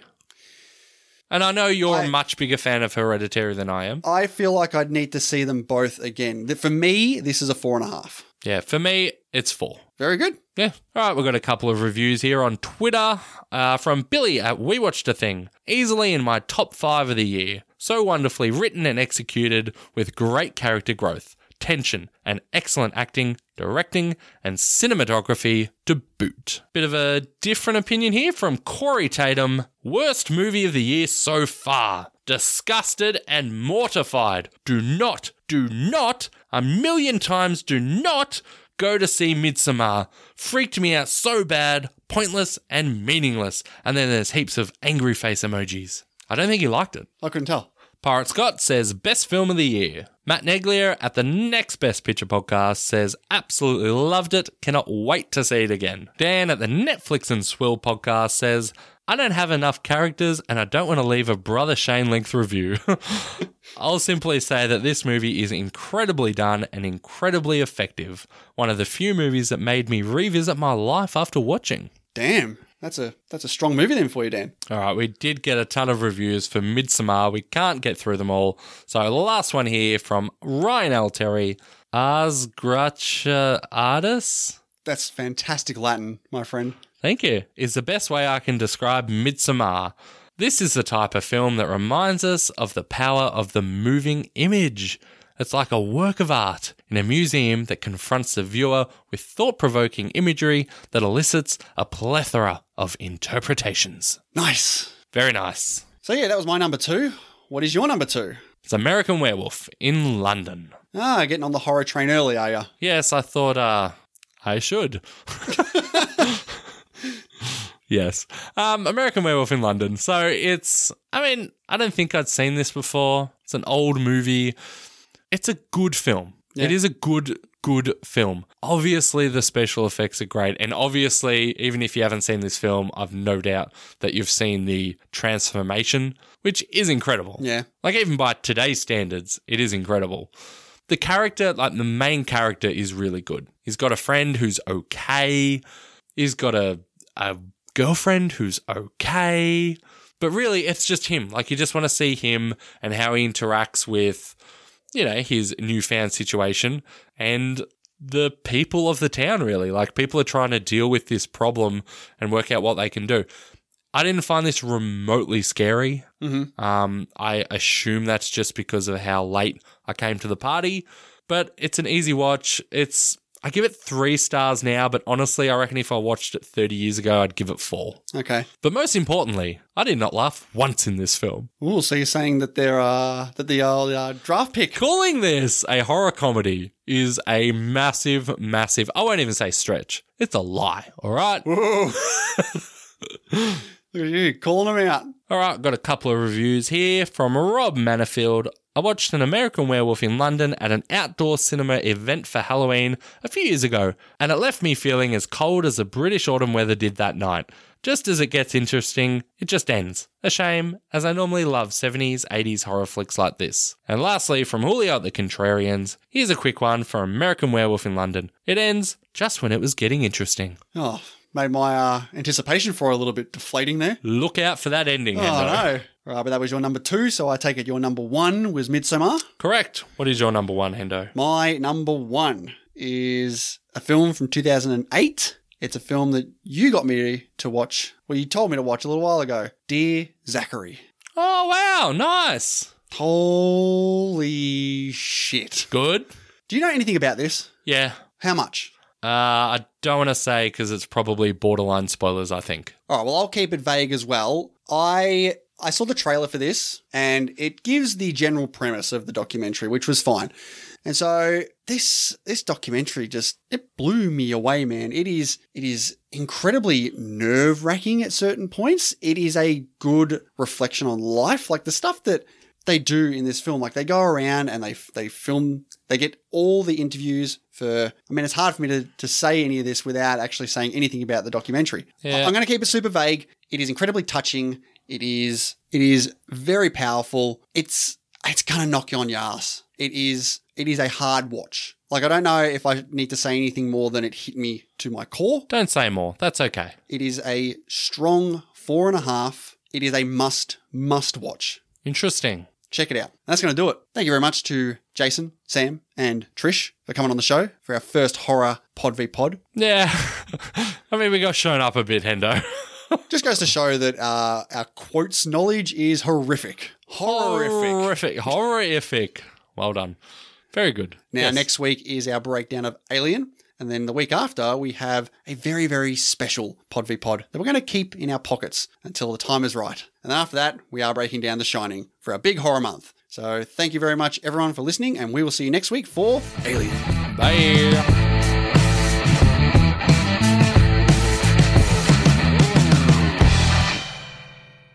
Speaker 1: And I know you're a
Speaker 2: I-
Speaker 1: much bigger fan of Hereditary than I am.
Speaker 2: I feel like I'd need to see them both again. Th- For me, this is a four and a half.
Speaker 1: Yeah, for me, it's four.
Speaker 2: Very good.
Speaker 1: Yeah. All right, we've got a couple of reviews here on Twitter uh, from Billy at We Watched a Thing. Easily in my top five of the year. So wonderfully written and executed with great character growth, tension, and excellent acting, directing, and cinematography to boot. Bit of a different opinion here from Corey Tatum. Worst movie of the year so far. Disgusted and mortified. Do not, do not, a million times do not go to see Midsommar. Freaked me out so bad, pointless and meaningless. And then there's heaps of angry face emojis. I don't think he liked it.
Speaker 2: I couldn't tell.
Speaker 1: Pirate Scott says best film of the year. Matt Neglier at the next Best Picture podcast says absolutely loved it. Cannot wait to see it again. Dan at the Netflix and Swill podcast says I don't have enough characters and I don't want to leave a brother Shane length review. I'll simply say that this movie is incredibly done and incredibly effective. One of the few movies that made me revisit my life after watching.
Speaker 2: Damn. That's a that's a strong movie then for you, Dan.
Speaker 1: All right, we did get a ton of reviews for Midsommar. We can't get through them all. So last one here from Ryan L. Terry, Ars Gratia Artis.
Speaker 2: That's fantastic Latin, my friend.
Speaker 1: Thank you. Is the best way I can describe Midsommar. This is the type of film that reminds us of the power of the moving image. It's like a work of art in a museum that confronts the viewer with thought provoking imagery that elicits a plethora of interpretations.
Speaker 2: Nice.
Speaker 1: Very nice.
Speaker 2: So, yeah, that was my number two. What is your number two?
Speaker 1: It's American Werewolf in London.
Speaker 2: Ah, getting on the horror train early, are you?
Speaker 1: Yes, I thought uh, I should. Yes. Um, American Werewolf in London. So it's, I mean, I don't think I'd seen this before. It's an old movie. It's a good film.
Speaker 2: Yeah.
Speaker 1: It is a good, good film. Obviously, the special effects are great. And obviously, even if you haven't seen this film, I've no doubt that you've seen the transformation, which is incredible.
Speaker 2: Yeah.
Speaker 1: Like, even by today's standards, it is incredible. The character, like the main character, is really good. He's got a friend who's okay. He's got a, a girlfriend who's okay. But really, it's just him. Like, you just want to see him and how he interacts with, you know, his newfound situation and the people of the town, really. Like, people are trying to deal with this problem and work out what they can do. I didn't find this remotely scary.
Speaker 2: Mm-hmm.
Speaker 1: Um, I assume that's just because of how late I came to the party, but it's an easy watch. It's I give it three stars now, but honestly, I reckon if I watched it 30 years ago, I'd give it four.
Speaker 2: Okay.
Speaker 1: But most importantly, I did not laugh once in this film.
Speaker 2: Ooh, so you're saying that there are that the old uh, draft pick?
Speaker 1: Calling this a horror comedy is a massive, massive. I won't even say stretch. It's a lie. All right.
Speaker 2: Whoa! Look at you calling them out.
Speaker 1: All right, got a couple of reviews here from Rob Manifield. I watched an American werewolf in London at an outdoor cinema event for Halloween a few years ago, and it left me feeling as cold as the British autumn weather did that night. Just as it gets interesting, it just ends. A shame, as I normally love 70s, 80s horror flicks like this. And lastly, from Julio at the Contrarians, here's a quick one for American Werewolf in London. It ends just when it was getting interesting.
Speaker 2: Oh, made my uh, anticipation for a little bit deflating there.
Speaker 1: Look out for that ending,
Speaker 2: Oh
Speaker 1: Hendo.
Speaker 2: no! Right, but that was your number two, so I take it your number one was Midsommar.
Speaker 1: Correct. What is your number one, Hendo?
Speaker 2: My number one is a film from 2008. It's a film that you got me to watch. Well, you told me to watch a little while ago. Dear Zachary.
Speaker 1: Oh, wow. Nice.
Speaker 2: Holy shit.
Speaker 1: Good.
Speaker 2: Do you know anything about this?
Speaker 1: Yeah.
Speaker 2: How much?
Speaker 1: Uh, I don't want to say because it's probably borderline spoilers, I think.
Speaker 2: All right, well, I'll keep it vague as well. I I saw the trailer for this, and it gives the general premise of the documentary, which was fine. And so this this documentary just it blew me away, man. It is it is incredibly nerve wracking at certain points. It is a good reflection on life, like the stuff that they do in this film. Like they go around and they they film, they get all the interviews for. I mean, it's hard for me to, to say any of this without actually saying anything about the documentary.
Speaker 1: Yeah.
Speaker 2: I'm going to keep it super vague. It is incredibly touching. It is it is very powerful. It's it's going to knock you on your ass. It is it is a hard watch. Like I don't know if I need to say anything more than it hit me to my core.
Speaker 1: Don't say more. That's okay.
Speaker 2: It is a strong four and a half. It is a must must watch.
Speaker 1: Interesting.
Speaker 2: Check it out. That's going to do it. Thank you very much to Jason, Sam, and Trish for coming on the show for our first horror pod v pod.
Speaker 1: Yeah. I mean, we got shown up a bit, Hendo.
Speaker 2: Just goes to show that uh, our quotes knowledge is horrific. Horrific.
Speaker 1: Horrific. Horrific. Well done. Very good.
Speaker 2: Now,
Speaker 1: Yes.
Speaker 2: next week is our breakdown of Alien. And then the week after, we have a very, very special Pod v Pod that we're going to keep in our pockets until the time is right. And then after that, we are breaking down The Shining for our big horror month. So thank you very much, everyone, for listening. And we will see you next week for Alien.
Speaker 1: Bye.